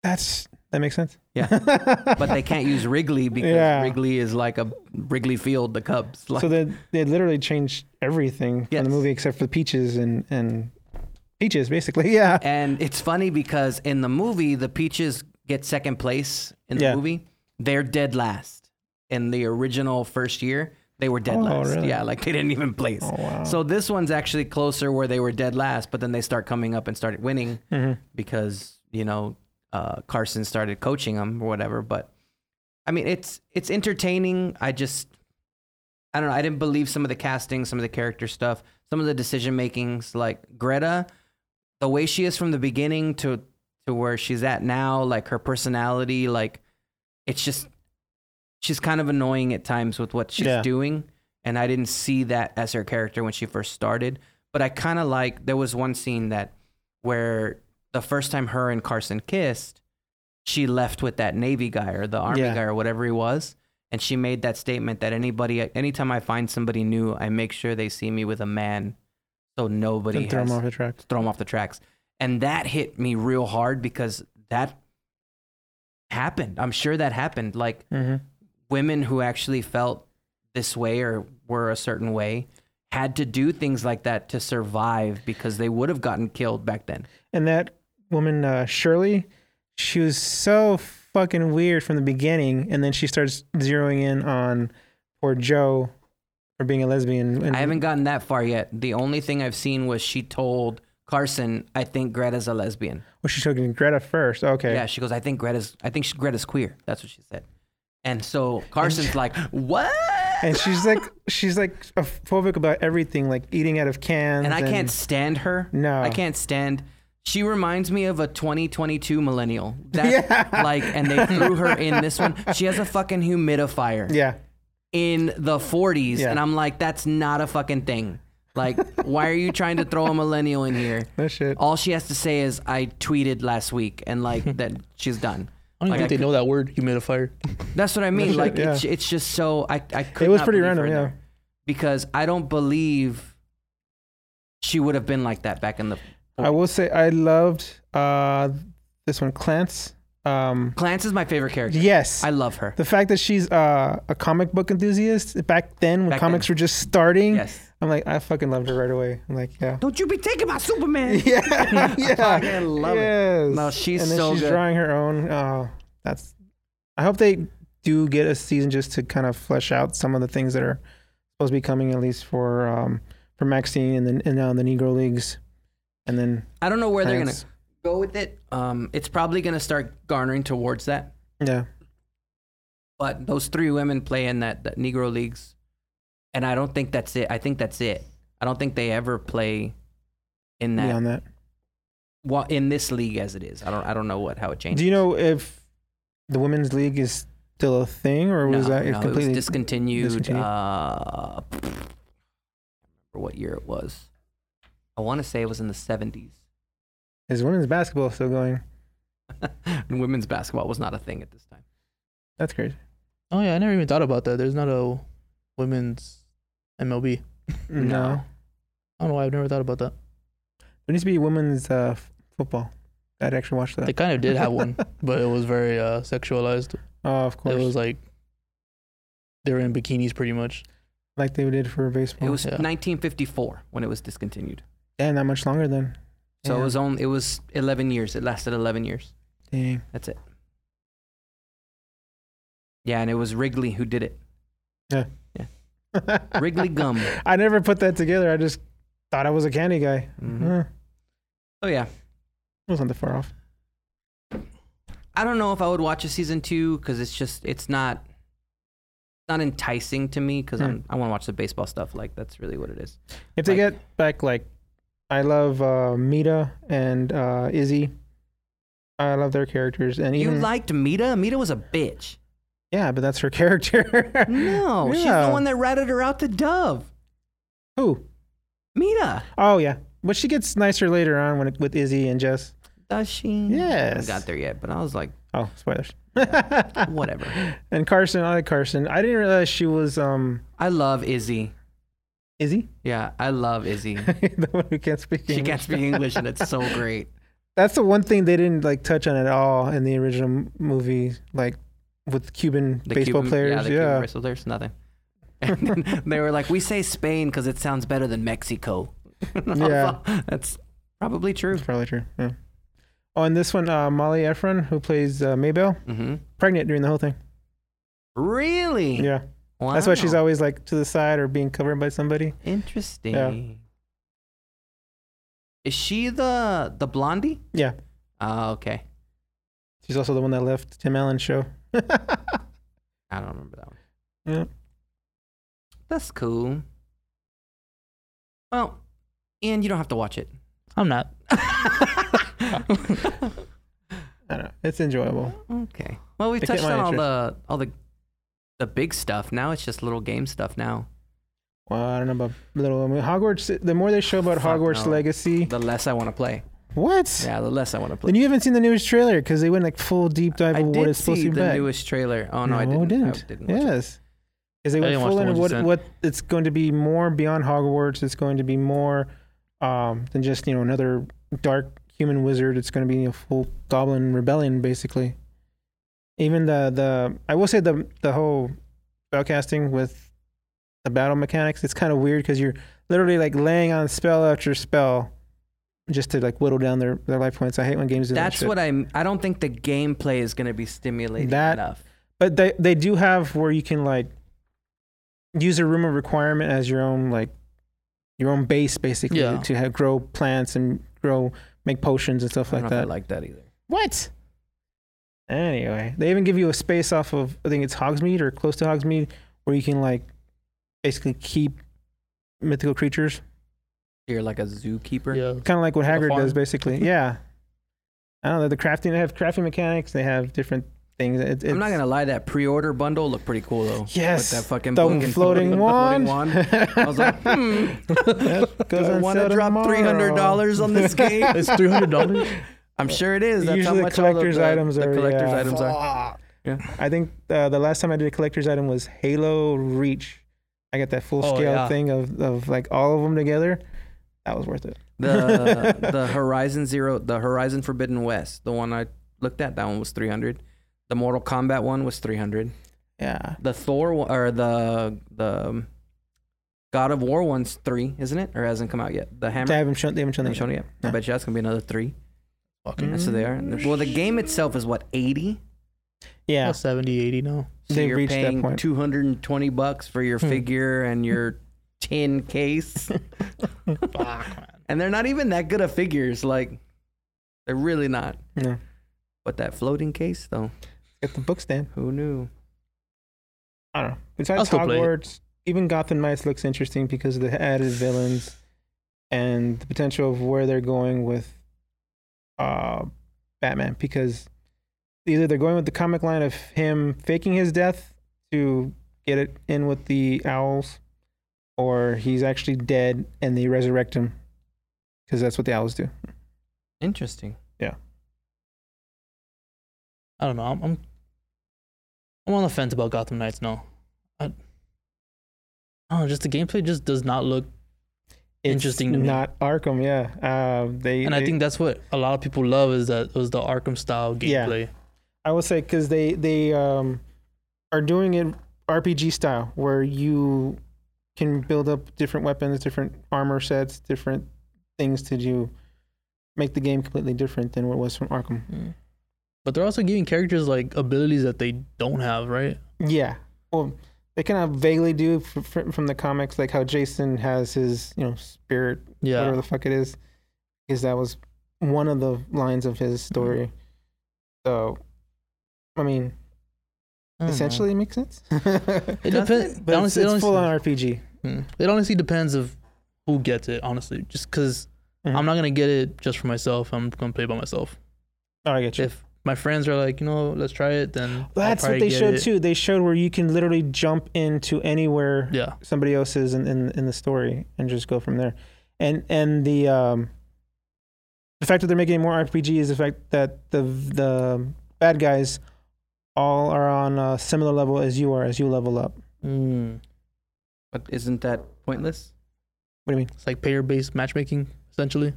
S2: That's that makes sense.
S3: Yeah. But they can't use Wrigley because
S2: Yeah.
S3: Wrigley is like a Wrigley Field, the Cubs. Like,
S2: so they they literally changed everything in
S3: Yes.
S2: the movie except for peaches and and peaches basically. Yeah.
S3: and it's funny because in the movie the Peaches get second place in the
S2: Yeah.
S3: movie. They're dead last. In the original first year, they were dead
S2: Oh,
S3: last.
S2: really?
S3: Yeah, like they didn't even place.
S2: Oh wow.
S3: So this one's actually closer where they were dead last, but then they start coming up and started winning
S2: Mhm.
S3: because you know uh, Carson started coaching them or whatever. But I mean, it's it's entertaining. I just I don't know. I didn't believe some of the casting, some of the character stuff, some of the decision makings. Like Greta, the way she is from the beginning to to where she's at now, like her personality, like it's just she's kind of annoying at times with what she's
S2: Yeah.
S3: doing. And I didn't see that as her character when she first started. But I kind of like there was one scene that where the first time her and Carson kissed, she left with that Navy guy or the Army
S2: Yeah.
S3: guy or whatever he was. And she made that statement that anybody, anytime I find somebody new, I make sure they see me with a man so nobody
S2: And throw
S3: has,
S2: him off the track.
S3: throw him off the tracks. And that hit me real hard because that happened. I'm sure that happened. Like
S2: hmm
S3: women who actually felt this way or were a certain way had to do things like that to survive because they would have gotten killed back then.
S2: And that woman uh, Shirley, she was so fucking weird from the beginning, and then she starts zeroing in on poor Joe for being a lesbian. And
S3: I haven't gotten that far yet. The only thing I've seen was she told Carson, "I think Greta's a lesbian."
S2: Well, she's talking Greta first. Okay.
S3: Yeah, she goes, "I think Greta's, I think she, Greta's queer." That's what she said. And so Carson's like, "What?"
S2: And she's like, she's like a phobic about everything, like eating out of cans.
S3: and I can't stand her.
S2: No.
S3: I can't stand. She reminds me of a 2022 millennial. That,
S2: Yeah.
S3: Like, and they threw her in this one. She has a fucking humidifier
S2: Yeah.
S3: in the 40s,
S2: Yeah.
S3: and I'm like, that's not a fucking thing. Like, why are you trying to throw a millennial in here?
S2: No shit.
S3: All she has to say is, "I tweeted last week," and like that, she's done.
S1: I don't
S3: Like,
S1: even think
S3: I
S1: they know that word, humidifier.
S3: That's what I mean.
S2: shit,
S3: Like,
S2: yeah.
S3: it's, it's just so I I could.
S2: It was
S3: not
S2: pretty
S3: believe her
S2: random.
S3: in
S2: Yeah.
S3: there. because I don't believe she would have been like that back in the
S2: I will say I loved uh, this one, Clance. Um,
S3: Clance is my favorite character.
S2: yes.
S3: I love her.
S2: the fact that she's uh, a comic book enthusiast back then when
S3: Back
S2: comics were just starting.
S3: Yes.
S2: I'm like, I fucking loved her right away. I'm like, yeah.
S3: Don't you be taking my Superman.
S2: Yeah, yeah.
S3: fucking love it.
S2: yes.
S3: No, she's
S2: and then
S3: so
S2: she's
S3: good.
S2: drawing her own. Oh, that's. I hope they do get a season just to kind of flesh out some of the things that are supposed to be coming, at least for um, for Maxine and then and now the Negro Leagues, and then
S3: I don't know where they're gonna
S2: Clance.
S3: go with it. Um, it's probably gonna start garnering towards that.
S2: yeah,
S3: But those three women play in that, that Negro leagues, and I don't think that's it. I think that's it. I don't think they ever play in that
S2: beyond that.
S3: well, in this league as it is. I don't I don't know what how it changes.
S2: Do you know if the women's league is still a thing, or was
S3: no,
S2: that
S3: no, it
S2: completely
S3: was discontinued.
S2: discontinued?
S3: Uh, I don't remember what year it was. I want to say it was in the 70s.
S2: Is women's basketball still going?
S3: And women's basketball was not a thing at this time.
S2: That's crazy.
S1: Oh yeah, I never even thought about that. There's not a women's MLB.
S2: No.
S3: No.
S1: I don't know why I've never thought about that.
S2: There needs to be women's uh, f- football. I'd actually watch that.
S1: They kind of did have one, but it was very uh, sexualized.
S2: oh, of
S1: It
S2: course.
S1: was like they were in bikinis pretty much.
S2: like they did for baseball.
S3: It was
S1: yeah.
S3: 1954 when it was discontinued.
S2: Damn, not much longer then.
S3: So
S2: Damn.
S3: it was only it was 11 years. It lasted 11 years.
S2: Dang.
S3: That's it. Yeah, and it was Wrigley who did it. Wrigley gum.
S2: I never put that together. I just thought I was a candy guy.
S3: Mhm.
S2: Huh.
S3: Oh yeah.
S2: wasn't that far off.
S3: I don't know if I would watch a season two because it's just it's not not enticing to me because I'm I want to watch the baseball stuff. Like that's really what it is.
S2: If they
S3: Like-
S2: get back, like, I love uh, Mita and uh, Izzy. I love their characters. And
S3: You
S2: even,
S3: liked Mita? Mita was a bitch.
S2: yeah, but that's her character.
S3: No, she's the
S2: Yeah.
S3: one that ratted her out to Dove.
S2: Who?
S3: Mita.
S2: Oh, yeah. But she gets nicer later on when with Izzy and Jess.
S3: Does she? I haven't
S2: Yes.
S3: got there yet, but I was like,
S2: Oh, spoilers.
S3: whatever.
S2: And Carson, I like Carson. I didn't realize she was um
S3: I love Izzy.
S2: Izzy,
S3: Yeah, I love Izzy.
S2: the one who can't speak.
S3: She
S2: English.
S3: can't speak English, and it's so great.
S2: That's the one thing they didn't like touch on at all in the original m- movie, like with Cuban
S3: The
S2: baseball
S3: Cuban, yeah,
S2: players.
S3: the
S2: Yeah,
S3: Cuban baseball players, nothing. And then they were like, we say Spain because it sounds better than Mexico.
S2: Yeah.
S3: that's probably true.
S2: that's probably true. Yeah. Oh, and this one, uh, Molly Efron, who plays uh, Maybell,
S3: hmm
S2: pregnant during the whole thing.
S3: Really?
S2: Yeah, that's why she's
S3: Mm. Wow.
S2: always like to the side or being covered by somebody.
S3: interesting. Is she the the blondie?
S2: Yeah,
S3: Oh, okay.
S2: she's also the one that left Tim Allen's show.
S3: I don't remember that one.
S2: Yeah.
S3: That's cool. Well, and you don't have to watch it.
S1: I'm not.
S2: I don't know. It's enjoyable.
S3: okay. Well, we've
S2: It kept
S3: touched
S2: my
S3: on all the all the the big stuff. Now it's just little game stuff. Now
S2: Well, I don't know about little. I mean, Hogwarts. The more they show about
S3: Fuck
S2: Hogwarts
S3: no.
S2: Legacy,
S3: the less I want to play.
S2: what?
S3: Yeah, the less I want to play.
S2: And you haven't seen the newest trailer because they went like full deep dive
S3: I
S2: of what
S3: did
S2: it's supposed
S3: see
S2: to
S3: the
S2: be back.
S3: newest trailer. Oh no, I didn't. I didn't watch it.
S2: yes, because they
S1: I
S2: went
S1: didn't watch
S2: full
S1: the
S2: in
S1: ones you
S2: what
S1: sent.
S2: what it's going to be more beyond Hogwarts. It's going to be more um, than just you know another dark human wizard. It's going to be a full goblin rebellion basically. Even the the I will say the the whole spellcasting with the battle mechanics. It's kind of weird because you're literally like laying on spell after spell. Just to like whittle down their, their life points. I hate when games do that.
S3: That's
S2: uh, shit.
S3: what I'm. I don't think the gameplay is going to be stimulating
S2: That-
S3: enough.
S2: But they they do have where you can like use a room of requirement as your own like your own base basically
S1: Yeah.
S2: to have grow plants and grow make potions and stuff
S3: I don't
S2: like
S3: know if I
S2: that.
S3: like that either.
S2: what? Anyway, they even give you a space off of I think it's Hogsmeade or close to Hogsmeade where you can like basically keep mythical creatures,
S3: You're like a zookeeper.
S1: Yeah.
S2: kind of like what
S1: Like a
S2: Hagrid
S1: farm.
S2: does basically. yeah. I don't know. The crafting they have crafting mechanics. They have different things. It,
S3: I'm not
S2: it's-
S3: gonna lie, that pre-order bundle looked pretty cool though.
S2: Yes,
S3: with that fucking
S2: the
S3: book and
S2: floating
S3: floating
S2: wand.
S3: I was like, hmm, do I want to drop three hundred dollars on this game?
S1: It's three hundred dollars.
S3: I'm sure it is. That's
S2: Usually the
S3: how much all of
S2: collector's
S3: the,
S2: items
S3: the
S2: are,
S3: collector's
S2: yeah.
S3: items are.
S2: I think uh, the last time I did a collector's item was Halo Reach. I got that full
S1: Oh,
S2: scale
S1: yeah.
S2: thing of, of like all of them together. That was worth it.
S3: The the Horizon Zero, the Horizon Forbidden West, the one I looked at, that one was three hundred. The Mortal Kombat one was three hundred.
S2: Yeah.
S3: The Thor one- or the the um, God of War one's three, isn't it? Or hasn't come out yet. The
S2: They
S3: Hammer.
S2: haven't shown. They haven't shown.
S3: Haven't
S2: that
S3: shown
S2: yet.
S3: it yet. I
S2: No.
S3: bet you that's gonna be another three.
S1: Fucking
S2: Mm.
S3: So they are. Well, the game itself is what eighty.
S2: Mm-hmm. Yeah.
S1: 70, 80 now.
S3: So
S2: They've
S3: you're
S2: reached that
S3: paying
S2: point.
S3: 220 bucks for your
S1: Hmm.
S3: figure and your tin case. and they're not even that good of figures. Like, they're really not.
S2: No.
S3: But that floating case, though,
S2: Get the book stand.
S3: who knew?
S2: I don't know.
S1: I'll
S2: Besides
S1: still play it.
S2: Hogwarts, even Gotham Knights looks interesting because of the added villains and the potential of where they're going with uh, Batman. Because either they're going with the comic line of him faking his death to get it in with the owls, or he's actually dead and they resurrect him because that's what the owls do.
S3: Interesting.
S1: I don't know. I'm, I'm I'm on the fence about Gotham Knights now. I, I don't know. Just the gameplay just does not look,
S2: It's
S1: Interesting to me.
S2: Not Arkham, yeah. Um, they
S1: and I
S2: they-
S1: think that's what a lot of people love is that it was the Arkham style
S2: Yeah.
S1: gameplay.
S2: I will say because they they um, are doing it RPG style, where you can build up different weapons, different armor sets, different things to do, make the game completely different than what it was from Arkham.
S1: Mm. But they're also giving characters like abilities that they don't have, right?
S2: Yeah, well, they kind of vaguely do f- fr- from the comics, like how Jason has his you know spirit, whatever
S1: Yeah.
S2: the fuck it is, because that was one of the lines of his story. So, I mean,
S1: I don't know.
S2: essentially, it makes sense.
S1: it
S3: Does
S1: depends.
S2: But it's,
S1: honestly, Mm-hmm. it,
S2: it's
S1: honestly,
S2: full on RPG.
S1: Mm. it honestly depends of who gets it. Honestly, just because
S2: Mhm.
S1: I'm not gonna get it just for myself. I'm gonna play by myself.
S2: Oh, I get you.
S1: If my friends are like, you know, let's try it, then I'll
S2: That's what
S1: probably
S2: they
S1: get
S2: showed
S1: it.
S2: too. They showed where you can literally jump into anywhere
S1: Yeah.
S2: somebody else is in, in in the story and just go from there. And and the um the fact that they're making more RPG is the fact that the the bad guys all are on a similar level as you are as you level up.
S1: Mm.
S3: But isn't that pointless?
S2: What do you mean?
S1: It's like player based matchmaking, essentially.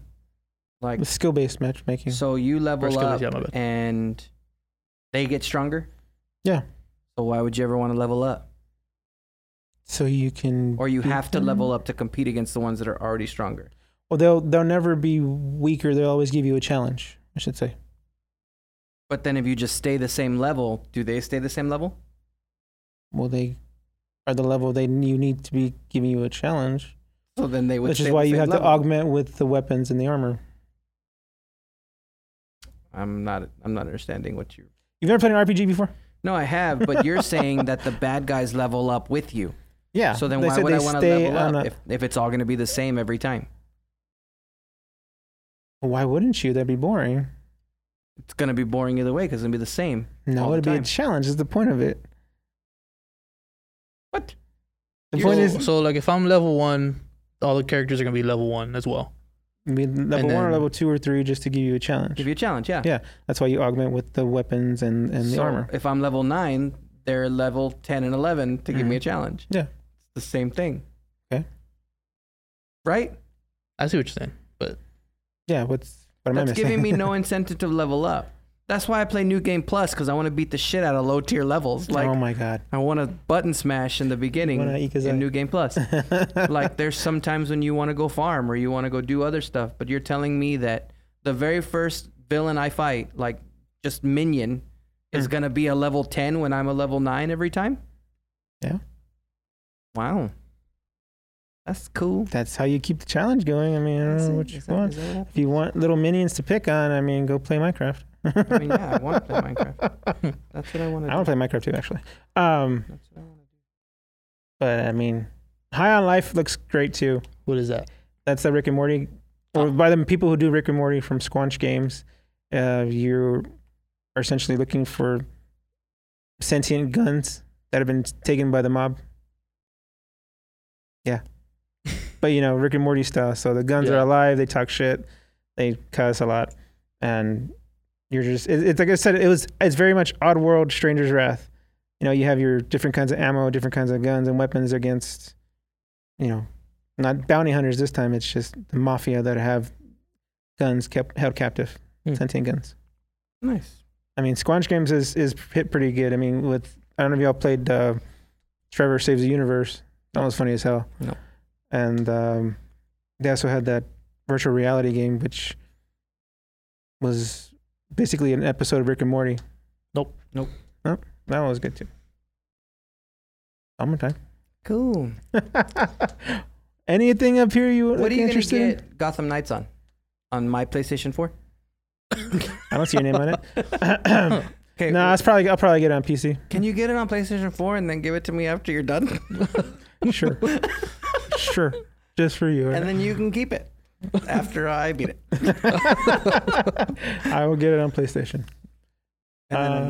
S3: Like,
S2: Skill based matchmaking.
S3: so you level
S1: skill is-
S3: up
S1: yeah, my bad.
S3: and they get stronger.
S2: Yeah.
S3: So why would you ever want to level up?
S2: So you can
S3: Or you
S2: beat
S3: have to
S2: them?
S3: level up to compete against the ones that are already stronger.
S2: Well they'll they'll never be weaker, they'll always give you a challenge, I should say.
S3: But then if you just stay the same level, do they stay the same level?
S2: Well they are the level they you need to be giving you a challenge.
S3: So then they would.
S2: which
S3: stay
S2: is
S3: the
S2: why you
S3: same
S2: have to
S3: level.
S2: augment with the weapons and the armor.
S3: I'm not. I'm not understanding what you.
S2: You've never played an RPG before?
S3: No, I have. But you're saying that the bad guys level up with you.
S2: Yeah.
S3: So then
S2: They
S3: why
S2: said
S3: would
S2: they
S3: I want to
S2: stay
S3: level
S2: on
S3: up
S2: a-
S3: if, if it's all going to be the same every time?
S2: why wouldn't you? That'd be boring.
S3: It's going to be boring either way because it's going to be the same.
S2: No,
S3: All the
S2: it'd be a
S3: time.
S2: challenge. Is the point of it?
S3: What?
S2: The
S3: You're
S2: point
S1: so,
S2: is
S1: so, like, if I'm level one, all the characters are gonna be level one as well.
S2: be level one or
S1: then-
S2: level two or three just to give you a challenge.
S3: Give you a challenge, yeah.
S2: Yeah, That's why you augment with the weapons and, and the
S3: So
S2: armor.
S3: If I'm level nine, they're level ten and eleven to give me a
S2: Mhm.
S3: challenge.
S2: Yeah.
S3: It's the same thing.
S2: Okay.
S3: Right?
S1: I see what you're saying.
S2: Yeah, what's what am I
S3: That's
S2: missing?
S3: giving me no incentive to level up. That's why I play New Game Plus because I want to beat the shit out of low tier levels. Like
S2: oh my god.
S3: I want to button smash in the beginning
S2: wanna Ikazai?
S3: in New Game Plus. like there's sometimes when you want to go farm or you want to go do other stuff, but you're telling me that the very first villain I fight, like just minion, is
S2: Mm.
S3: gonna be a level ten when I'm a level nine every time.
S2: Yeah.
S3: Wow. That's cool.
S2: That's how you keep the challenge going. I mean, I don't know what you
S3: Is that-
S2: want.
S3: is that what
S2: If you want little minions to pick on, I mean, go play Minecraft. I
S3: mean, yeah, I wanna play Minecraft. That's what I want to.
S2: I want to play Minecraft too, actually. Um,
S3: That's what I want to do.
S2: but I mean, High on Life looks great too.
S1: What is that?
S2: That's the Rick and Morty,
S3: Oh.
S2: or by the people who do Rick and Morty from Squanch Games. Uh, you are essentially looking for sentient guns that have been taken by the mob. Yeah, but you know Rick and Morty style. So the guns are
S1: Yeah.
S2: alive. They talk shit. They cuss a lot, and you're just it, it's like I said. It was it's very much Oddworld, Stranger's Wrath. You know, you have your different kinds of ammo, different kinds of guns and weapons against, you know, not bounty hunters this time. It's just the mafia that have guns kept held captive,
S1: Hmm.
S2: sentient guns.
S3: Nice.
S2: I mean, Squanch Games is is hit pretty good. I mean, with I don't know if y'all played uh, Trevor Saves the Universe. That was funny as hell.
S3: No.
S2: And um, they also had that virtual reality game, which was basically an episode of Rick and Morty.
S1: Nope.
S3: Nope.
S2: Nope. That one was good too. Summertime.
S3: Cool.
S2: Anything up here you
S3: What are you gonna
S2: interested in?
S3: get Gotham Knights on? On my PlayStation 4?
S2: I don't see your name on it.
S3: Okay.
S2: no, it's probably I'll probably get it on PC.
S3: Can you get it on PlayStation 4 and then give it to me after you're done?
S2: Sure. Sure. Just for you.
S3: And then you can keep it after I beat it.
S2: I will get it on PlayStation.
S3: And then, um,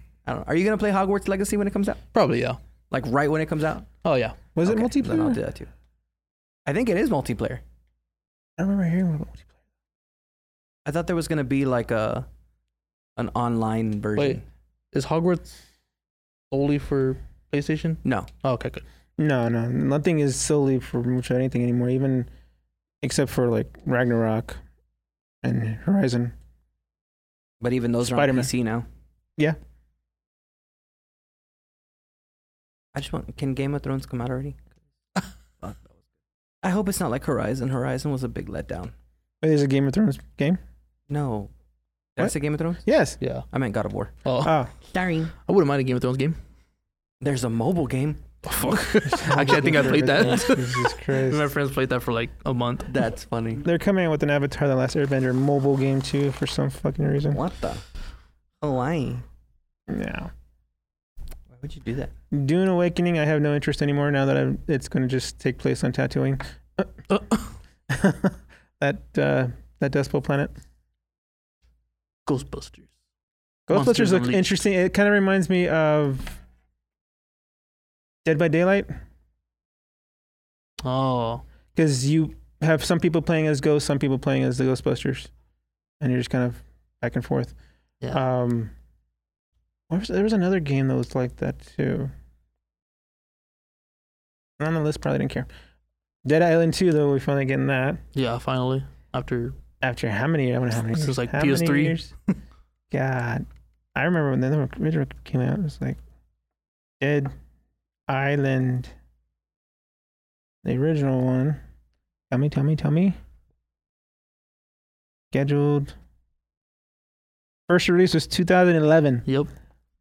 S2: Uh,
S3: I don't know. Are you going to play Hogwarts Legacy when it comes out?
S1: Probably yeah.
S3: Like right when it comes out?
S1: Oh yeah.
S2: was it
S3: Okay, Then I'll
S2: multiplayer?
S3: do that too. I think it is multiplayer.
S2: I don't remember hearing about multiplayer.
S3: I thought there was gonna be like a an online version.
S1: Wait. Is Hogwarts solely for PlayStation?
S3: No.
S1: Oh, okay, good.
S2: No, no, nothing is solely for much of anything anymore. Even except for like Ragnarok and Horizon.
S3: But even those
S2: Spider-Man.
S3: are on PC now.
S2: Yeah.
S3: I just want. Can Game of Thrones come out already? Fuck, that was good. I hope it's not like Horizon. Horizon was a big letdown.
S2: Wait, Oh, there's a Game of Thrones game.
S3: No. Did I
S2: What?
S3: say Game of Thrones?
S2: Yes.
S1: Yeah.
S3: I meant God of War.
S1: Oh,
S2: Oh,
S3: Starring.
S1: I wouldn't mind a Game of Thrones game.
S3: There's a mobile game.
S1: The fuck? Actually, I think I played that.
S2: Jesus
S1: My
S2: Christ.
S1: friends played that for like a month.
S3: That's funny.
S2: They're coming out with an Avatar: The Last Airbender mobile game too for some fucking reason.
S3: What the? Hawaii.
S2: Yeah.
S3: Why would you do that?
S2: Dune Awakening, I have no interest anymore now that I've, it's going to just take place on Tatooine.
S1: Uh,
S2: that uh, that Dust Bowl planet.
S1: Ghostbusters.
S2: Ghostbusters
S1: Monsters
S2: look
S1: Unleashed.
S2: interesting. It kind of reminds me of Dead by Daylight
S1: Oh,
S2: because you have some people playing as ghosts, some people playing as the Ghostbusters, and you're just kind of back and forth.
S1: Yeah.
S2: Um, what was, there was another game that was like that too. Not on the list, probably didn't care. Dead Island 2, though, we're finally getting that.
S1: yeah. Finally, after
S2: After how many? I don't know how many.
S1: This
S2: years?
S1: was like
S2: How many
S1: PS3.
S2: years? God, I remember when the original came out. It was like Dead Island, the original one. Tell me, tell me, tell me. Scheduled. First release was 2011.
S1: yep,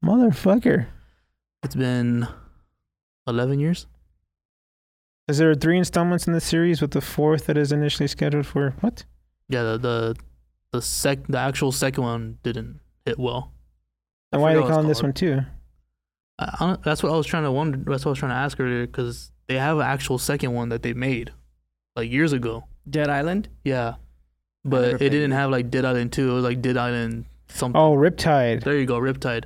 S2: Motherfucker.
S1: it's been eleven years.
S2: Is there three installments in the series with the fourth that is initially scheduled for what?
S1: Yeah, the the the sec the actual second one didn't hit well.
S2: And why are
S1: forgot
S2: they
S1: what it's
S2: calling this
S1: called.
S2: one too?
S1: I, I don't- that's what I was trying to wonder. That's what I was trying to ask earlier because they have an actual second one that they made like years ago.
S3: Dead Island?
S1: Yeah,
S3: never
S1: but it
S3: played
S1: didn't
S3: it.
S1: have like Dead Island Two. It was like Dead Island something.
S2: Oh, Riptide.
S1: There you go, Riptide.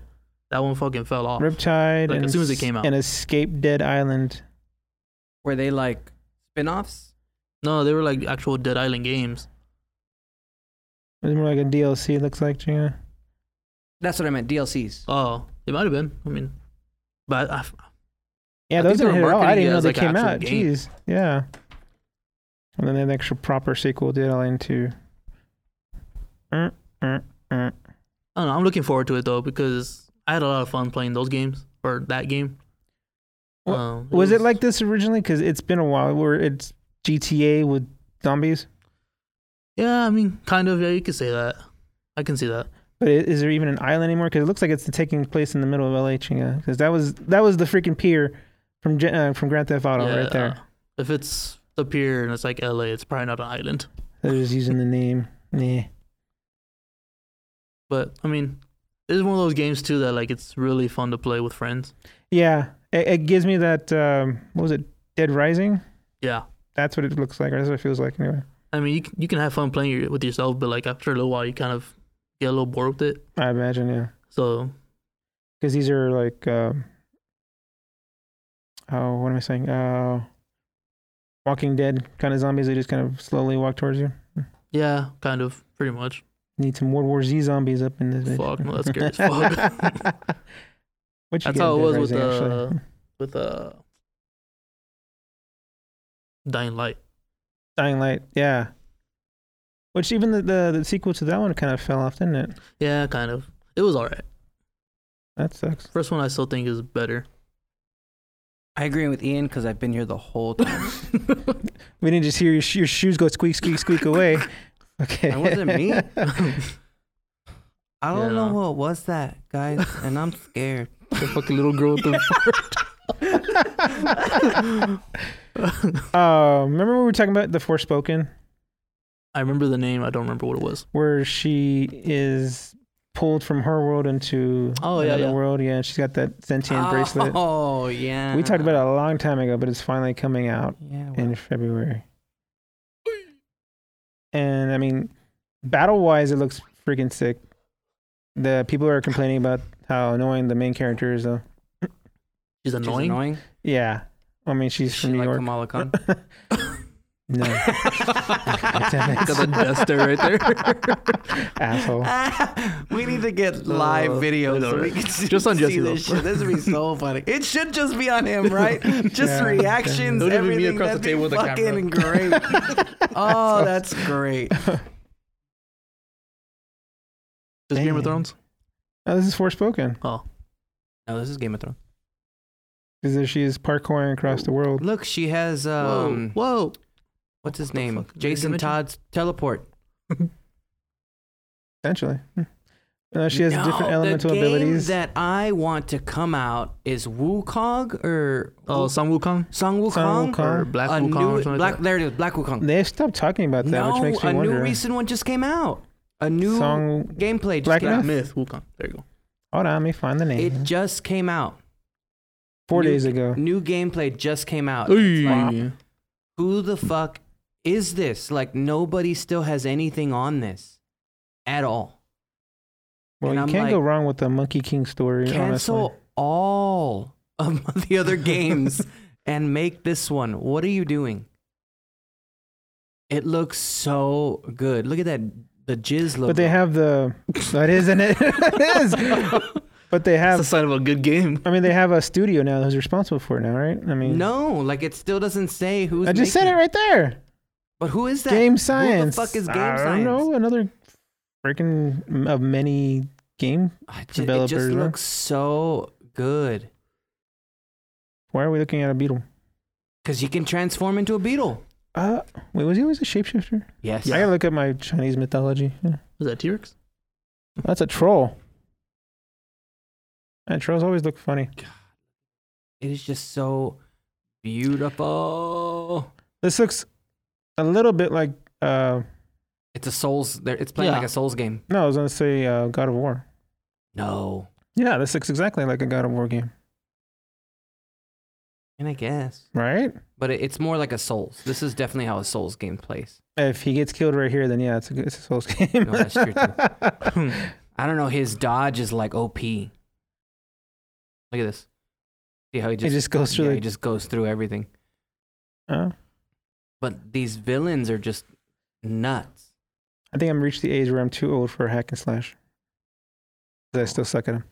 S1: That one fucking fell off.
S2: Riptide.
S1: Oh, Like,
S2: and
S1: as soon as it
S2: Es-
S1: came out.
S2: And Escape Dead Island.
S3: Were they like spin offs?
S1: No, they were like actual Dead Island games.
S2: It was more like a DLC, it looks like, Gina.
S3: That's what I meant. DLCs.
S1: Oh, it might have been. I mean, but I, f-
S2: Yeah,
S1: I think
S2: those
S1: they
S2: didn't hit
S1: were
S2: at all. I
S1: marketing
S2: didn't
S1: it
S2: know
S1: as,
S2: they
S1: like, an
S2: came
S1: actual
S2: out.
S1: game.
S2: Jeez. Yeah. And then they had an actual proper sequel, Dead Island 2. Mm, mm, mm.
S1: I don't know. I'm looking forward to it though because I had a lot of fun playing those games or that game.
S2: Wha-
S1: Um,
S2: Was it like this originally? Because it's been a while where it's GTA with zombies.
S1: Yeah, I mean, kind of. Yeah, you could say that. I can see that.
S2: But i- is there even an island anymore? Because it looks like it's taking place in the middle of LA, Chinga. Because that was that was the freaking pier from Gen- uh, from Grand Theft Auto
S1: yeah, uh,
S2: right there.
S1: If it's the pier and it's like LA, it's probably not an island.
S2: They're just using the name. Nah.
S1: But I mean, it's one of those games too that like it's really fun to play with friends.
S2: Yeah, it, it gives me that. Um, what was it? Dead Rising.
S1: Yeah.
S2: That's what it looks like, or that's what it feels like anyway.
S1: I mean, you can, you can have fun playing your, with yourself, but like after a little while, you kind of get a little bored with it.
S2: I imagine, yeah,
S1: So
S2: because these are like, um, oh, what am I saying? Uh, Walking Dead kind of zombies. They just kind of slowly walk towards you.
S1: yeah, kind of pretty much.
S2: Need some World War Z zombies up in this. bitch.
S1: Fuck, no, that's scary as fuck.
S2: What you
S1: That's
S2: get
S1: how
S2: in
S1: it
S2: Dead
S1: was with,
S2: Rising, actually?
S1: With uh, Dying Light.
S2: Dying Light. Yeah. Which even the, the the sequel to that one kind of fell off, didn't it?
S1: Yeah, kind of. It was alright.
S2: That sucks.
S1: First one I still think is better.
S3: I agree with Ian because I've been here the whole time.
S2: We didn't just hear your, sh- your shoes go squeak, squeak, squeak away. Okay.
S3: That wasn't me.
S1: the
S3: I don't
S1: Yeah.
S3: know what was that, guys, and I'm scared.
S1: fucking little girl with the fart.
S2: Uh, remember when we were talking about the Forspoken,
S1: I remember the name. I don't remember what it was.
S2: where she is pulled from her world into
S1: Oh, yeah,
S2: another
S1: yeah.
S2: world? Yeah, and she's got that sentient bracelet.
S3: Oh yeah.
S2: We talked about it a long time ago, but it's finally coming out
S3: Yeah. well,
S2: in February. And I mean, battle wise, it looks freaking sick. The people are complaining about how annoying the main character is, though.
S1: She's
S3: she's
S1: annoying.
S3: annoying.
S2: Yeah, I mean, she's
S3: She
S2: from New
S3: like
S2: York.
S3: Kamala Khan.
S2: No. Damn
S1: Got
S2: it,
S1: the duster right there.
S2: asshole.
S3: we need to get live
S1: Uh,
S3: video
S1: I know,
S3: so we
S1: right?
S3: can see,
S1: Just on
S3: see
S1: Jesse,
S3: this
S1: though.
S3: shit. This would be so funny. It should just be on him, right? Just
S2: Yeah.
S3: reactions,
S1: It would be me
S3: everything.
S1: across the
S3: That'd be
S1: table with a
S3: fucking great. oh, that's great.
S1: Just Game
S2: Dang.
S1: of Thrones.
S2: Oh, this is Forspoken.
S3: No, this is Game of Thrones.
S2: Because there she is parkouring across the world.
S3: Look, she has um,
S1: Whoa. Whoa.
S3: what's his
S1: What the
S3: name?
S1: fuck?
S3: Jason
S1: Dimension?
S3: Todd's teleport.
S2: Essentially. Hmm. Uh, she has
S3: No,
S2: different elemental
S3: the game
S2: abilities.
S3: that I want to come out is Wukong or
S1: Oh, Sun Wukong.
S3: Song Wukong.
S2: Sun
S1: Or
S2: Wukong.
S1: Black
S3: a
S1: Wukong.
S3: new
S1: or something
S3: Black.
S1: like that.
S3: there it is. Black Wukong.
S2: They stopped talking about that,
S3: no,
S2: which makes
S3: a
S2: me wonder.
S3: new recent one just came out. A new
S2: Song.
S3: gameplay just
S2: Black
S3: came out.
S2: Myth?
S1: Myth Wukong. There you go.
S2: Hold on, let me find the name.
S3: It just came out.
S2: Four
S3: new-
S2: days ago.
S3: New gameplay just came out.
S1: Ooh.
S3: Who the fuck is this? Like nobody still has anything on this at all.
S2: Well,
S3: and
S2: you
S3: I'm
S2: can't go
S3: like,
S2: wrong with the Monkey King story.
S3: Cancel
S2: honestly.
S3: all of the other games and make this one. What are you doing? It looks so good. Look at that. The jizz look.
S2: But they have the. That isn't it? it is. But they
S1: That's a
S2: have.
S1: sign of a good game.
S2: I mean, they have a studio now who's responsible for it now, right? I mean,
S3: no, like it still doesn't say who's.
S2: I just said
S3: making
S2: it right there.
S3: But who is that?
S2: Game Science.
S3: Who the fuck is Game
S2: I don't
S3: Science?
S2: know. Another freaking of many game.
S3: I ju- it
S2: Developers,
S3: just
S2: huh?
S3: looks so good
S2: Why are we looking at a beetle?
S3: because you can transform into a beetle.
S2: Uh, wait, was he always a shapeshifter?
S3: Yes.
S2: I gotta look at my Chinese mythology. Yeah.
S1: Was that T Rex?
S2: That's a troll. And trolls always look funny.
S3: It is just so beautiful.
S2: This looks a little bit like uh
S3: It's a Souls. there- It's playing
S1: Yeah.
S3: like a Souls game.
S2: no, I was gonna say uh, God of War.
S3: No.
S2: Yeah, this looks exactly like a God of War game,
S3: And I guess,
S2: right?
S3: but it, it's more like a Souls. This is definitely how a Souls game plays.
S2: If he gets killed right here, then yeah, it's a it's a Souls game.
S3: No, that's true,
S1: Hmm.
S3: I don't know. His dodge is like OP. Look at this. See how he
S2: it
S3: just,
S2: just goes through
S3: yeah,
S2: the.
S3: he just goes through everything.
S2: uh,
S3: But these villains are just nuts.
S2: I think I'm reached the age where I'm too old for a hack and slash. 'Cause I still suck at him.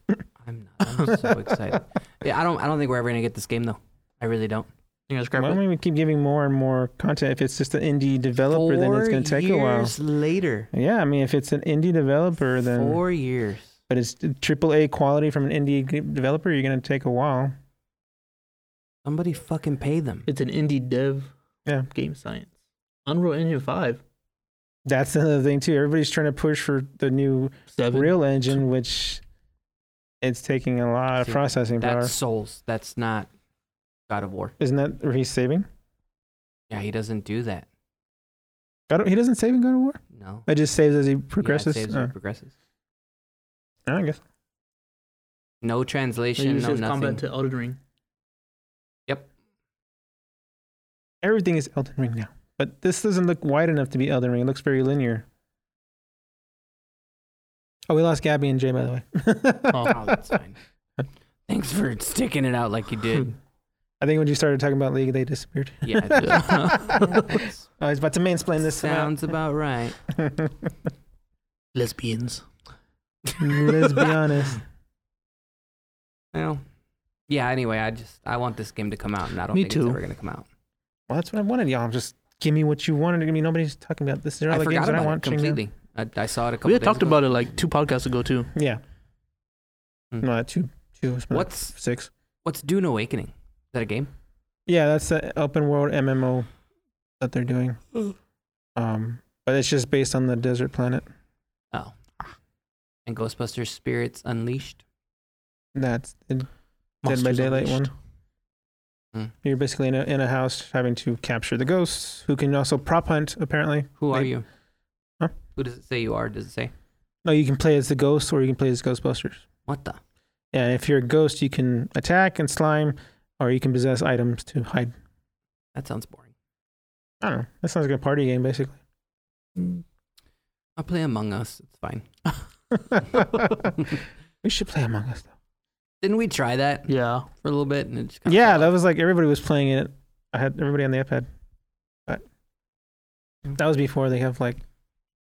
S3: I'm not. I'm so excited. Yeah, I don't. I don't think we're ever gonna get this game though. I really don't.
S1: You guys
S2: Why
S1: grab
S2: don't
S1: it?
S2: we keep giving more and more content? If it's just an indie developer, then it's gonna take a while.
S3: years later.
S2: Yeah, I mean, if it's an indie developer, then
S3: Four years.
S2: but it's triple A quality from an indie g- developer, you're gonna take a while.
S3: Somebody fucking pay them.
S1: It's an indie dev.
S2: Yeah.
S1: Game science. Unreal Engine Five.
S2: That's another thing too. Everybody's trying to push for the new
S1: Seven.
S2: Real Engine, which it's taking a lot of
S3: See,
S2: processing power.
S3: That's Souls. That's not God of War.
S2: Isn't that where he's saving?
S3: Yeah, he doesn't do that.
S2: God, he doesn't save in God of War.
S3: No.
S2: It just saves as he
S3: Yeah, it
S2: progresses.
S3: saves when
S2: oh,
S3: it progresses.
S2: I guess.
S3: No
S1: It
S3: translation.
S1: uses
S3: No
S1: combat to
S3: nothing.
S1: Elden Ring.
S2: Everything is Elden Ring now, but this doesn't look wide enough to be Elden Ring. It looks very linear. Oh, we lost Gabby and Jay, by the way.
S3: Oh, that's fine. Thanks for sticking it out like you did.
S2: I think when you started talking about League, they disappeared.
S3: Yeah. I did. That's-
S2: I was about to mansplain this.
S3: sounds about right.
S2: about.
S1: Lesbians.
S2: Let's be honest.
S3: Well, yeah. Anyway, I just I want this game to come out, and I don't
S1: Me
S3: think
S1: too.
S3: it's ever gonna come out.
S2: Well, that's what I wanted, y'all. Just give me what you wanted. I mean, nobody's talking about this. They're all
S3: I
S2: the
S3: forgot
S2: games that
S3: about
S2: I want.
S3: it completely. I, I saw it a couple.
S1: We had
S3: days
S1: talked
S3: ago.
S1: about it like two podcasts ago too.
S2: Yeah.
S3: Hmm.
S2: No, two, two. it's not
S3: What's
S2: six?
S3: what's Dune Awakening? Is that a game?
S2: Yeah, that's the open world MMO that they're doing. Um, but it's just based on the desert planet.
S3: Oh, and Ghostbusters Spirits Unleashed.
S2: That's the Dead by
S1: Monsters
S2: Daylight
S1: Unleashed.
S2: one. You're basically in a, in a house having to capture the ghosts, who can also prop hunt. Apparently,
S3: Who are
S2: They-
S3: you?
S2: Huh?
S3: Who does it say you are? Does it say
S2: no, Oh, you can play as the ghosts or you can play as Ghostbusters.
S3: what the?
S2: And if you're a ghost, you can attack and slime, or you can possess items to hide.
S3: That sounds boring.
S2: I don't know. That sounds like a party game, basically.
S3: I'll play Among Us. It's fine.
S2: we should play Among Us, though.
S3: Didn't we try that
S1: Yeah.
S3: for a little bit? And it just kinda
S2: Yeah,
S3: fell
S2: that
S3: off?
S2: was like everybody was playing it. I had everybody on the iPad. But That was before they have like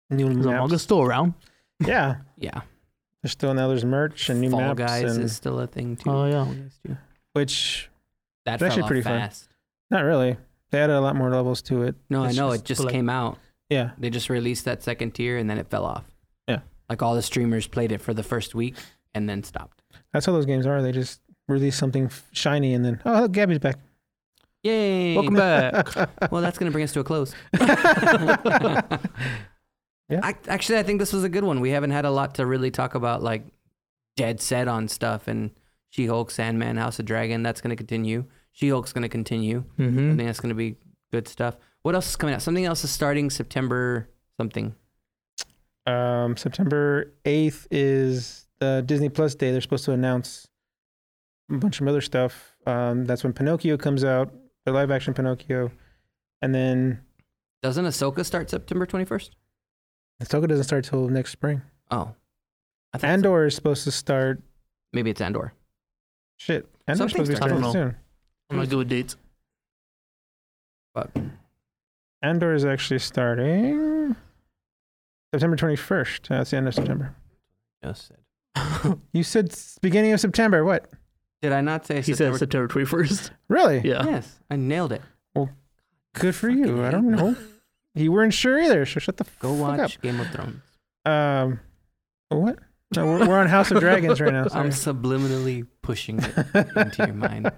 S2: new
S1: Is
S2: maps.
S1: Among Us still around?
S2: Yeah,
S3: Yeah.
S2: there's still now there's merch and new
S3: Fall
S2: maps,
S3: Guys
S2: and,
S3: is still a thing too.
S1: Oh, yeah.
S3: Fall Guys too.
S2: which
S3: That
S2: It's
S3: fell
S2: actually
S3: off
S2: pretty fun.
S3: fast.
S2: not really. They added a lot more levels to it.
S3: No,
S1: It's
S3: I know
S1: just
S3: it just
S1: like-
S3: came out.
S2: Yeah,
S3: They just released that second tier and then it fell off.
S2: Yeah.
S3: Like all the streamers played it for the first week and then stopped.
S2: that's how those games are. They just release something f- shiny and then oh, look, Gabby's back.
S3: Yay!
S1: Welcome back.
S3: Well, that's gonna bring us to a close.
S2: Yeah.
S3: I, actually, I think this was a good one. We haven't had a lot to really talk about, like dead set on stuff and She Hulk, Sandman, House of Dragon. That's gonna continue. She Hulk's gonna continue. I
S1: mm-hmm.
S3: think that's gonna be good stuff. What else is coming out? Something else is starting September something.
S2: Um, September 8th is the Disney Plus day. They're supposed to announce a bunch of other stuff. Um, that's when Pinocchio comes out, the live action Pinocchio. And then
S3: Doesn't Ahsoka start September twenty first?
S2: Ahsoka doesn't start till next spring.
S3: Oh, I thought
S2: Andor is supposed to start.
S3: Maybe it's Andor.
S2: Shit. Andor's
S3: Something
S2: supposed to be
S1: starts- I
S2: starting
S1: don't
S2: soon.
S1: I'm not good with dates.
S3: But
S2: Andor is actually starting September 21st. That's the end of September.
S3: yes.
S2: You said s- beginning of September. What?
S3: Did I not say
S1: He said September
S3: September?
S1: 21st.
S2: Really?
S1: Yeah.
S3: yes, I nailed it.
S2: Good for
S3: Fucking
S2: you. I
S3: hate
S2: don't
S3: me.
S2: know. You weren't sure either. So shut the
S3: Go
S2: fuck up.
S3: watch Game of Thrones.
S2: Um, what? No, we're, we're on House of Dragons right now.
S3: I'm
S2: Sorry.
S3: subliminally pushing it into your mind.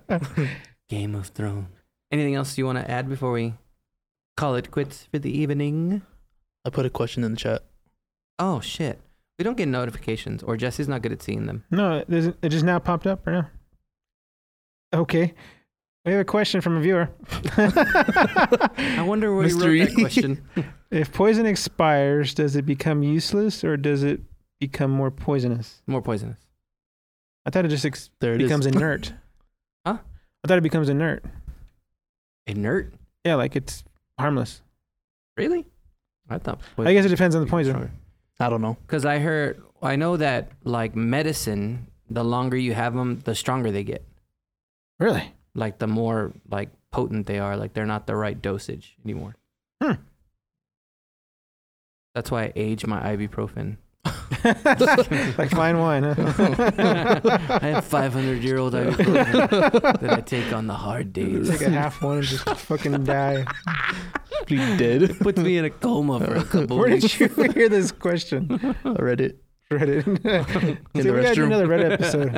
S3: Game of Thrones. Anything else you want to add before we call it quits for the evening?
S1: I put a question in the chat.
S3: Oh shit. We don't get notifications or Jesse's not good at seeing them.
S2: No, it, isn't- it just now popped up right now. Okay, we have a question from a viewer.
S3: I wonder where you
S1: Mystery.
S3: wrote that question.
S2: if poison expires, does it become useless or does it become more poisonous?
S3: More poisonous.
S2: I thought it just ex-
S1: There it is.
S2: becomes inert.
S3: Huh?
S2: I thought it becomes inert.
S3: Inert?
S2: Yeah, like it's harmless.
S3: Really? I thought
S2: I guess it depends on the poison.
S1: I don't know.
S3: Because I heard, I know that like medicine, the longer you have them, the stronger they get.
S2: Really?
S3: Like the more like potent they are. Like they're not the right dosage anymore.
S2: Hmm.
S3: That's why I age my ibuprofen.
S2: like fine wine. Huh?
S3: I have 500 year old ibuprofen that I take on the hard days.
S2: Take a half one and just fucking die.
S1: Completely dead.
S3: Puts me in a coma for a couple
S2: Where
S3: weeks.
S2: did you hear this question?
S1: I read it.
S2: Reddit.
S1: In
S2: See,
S1: the
S2: we gotta do
S1: restroom.
S2: another Reddit episode.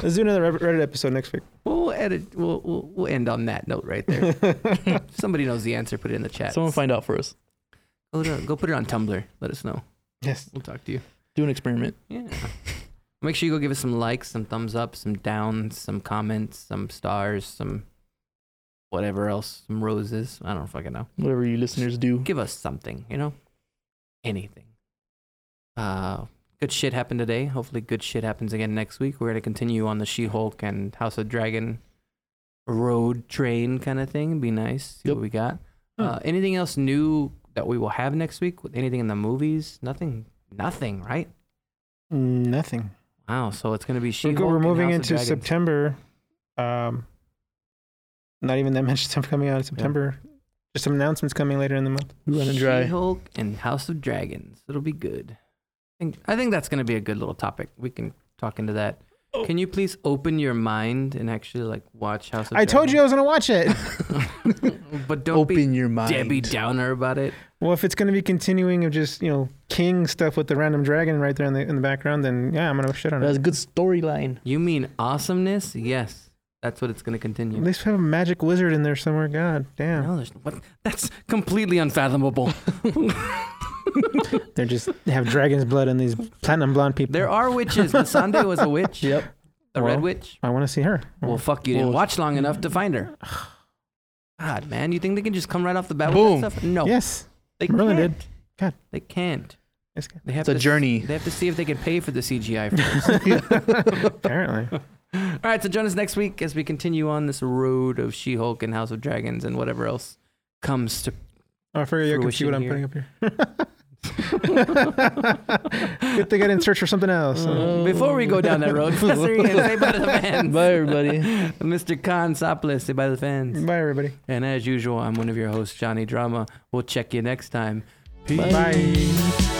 S2: Let's do another Reddit- Reddit episode next week.
S3: We'll edit. We'll, we'll we'll end on that note right there.
S2: That's
S3: If Somebody knows the answer. Put it in the chat.
S1: Someone find out for us.
S3: go, to- go put it on Tumblr. Let us know.
S2: Yes.
S3: We'll talk to you.
S1: Do an experiment.
S3: Yeah. Make sure you go give us some likes, some thumbs up, some downs, some comments, some stars, some whatever else, some roses. I don't fucking know.
S1: Whatever you listeners do.
S3: give us something, you know? Anything. Uh, good shit happened today. Hopefully, good shit happens again next week. We're going to continue on the She Hulk and House of Dragon road train kind of thing. Be nice. See
S1: Yep.
S3: what we got.
S2: Hmm.
S3: Uh, anything else new that we will have next week? With Anything in the movies? Nothing. Nothing, right?
S2: Nothing.
S3: Wow. So it's going to be She
S2: We're,
S3: Hulk.
S2: go- we're moving
S3: and House
S2: into
S3: of Dragons.
S2: September. Um, not even that much stuff coming out in September. Just some announcements coming later in the month.
S1: We run and dry.
S3: She-Hulk and House of Dragons. It'll be good. I think, I think that's going to be a good little topic. We can talk into that.
S1: Oh.
S3: Can you please open your mind and actually like watch House of
S2: I told you I
S3: Dragons?
S2: was gonna watch it.
S3: but don't
S1: Open
S3: be
S1: your mind.
S3: Debbie Downer about it.
S2: well, if it's gonna be continuing of just you know King stuff with the random dragon right there in the in the background, then yeah, I'm gonna shit on it.
S1: That's a good storyline.
S3: You mean awesomeness? Yes. That's what it's going to continue.
S2: At least have a magic wizard in there somewhere. God damn.
S3: No, there's what? That's completely unfathomable.
S2: They're just they have dragon's blood in these platinum blonde people.
S3: there are witches. Masande was a witch.
S1: Yep.
S3: The Red
S2: Well.
S3: Witch.
S2: I want to see her.
S3: Well, fuck, you didn't
S1: Well,
S3: watch long enough to find her. God, man, you think they can just come right off the bat with
S1: Boom.
S3: that stuff? No.
S2: Yes.
S3: They
S2: Merlin
S3: can't.
S2: did. God.
S3: They can't.
S2: Yes, God.
S3: They have
S1: It's a
S3: to s-
S1: journey.
S3: They have to see if they can pay for the CGI first.
S2: Apparently.
S3: All right, so join us next week as we continue on this road of She-Hulk and House of Dragons and whatever else comes to
S2: Oh, I forgot you can see
S3: Fruition
S2: what I'm
S3: here.
S2: putting up here. Good thing I didn't search for something else.
S3: Before we go down that road, Professor Ian, say bye to the fans.
S1: Oh. Bye, everybody.
S3: Mr. Khan Soplis, say bye to the fans.
S2: Bye, everybody.
S3: And as usual, I'm one of your hosts, Johnny Drama. We'll check you next time.
S2: Bye.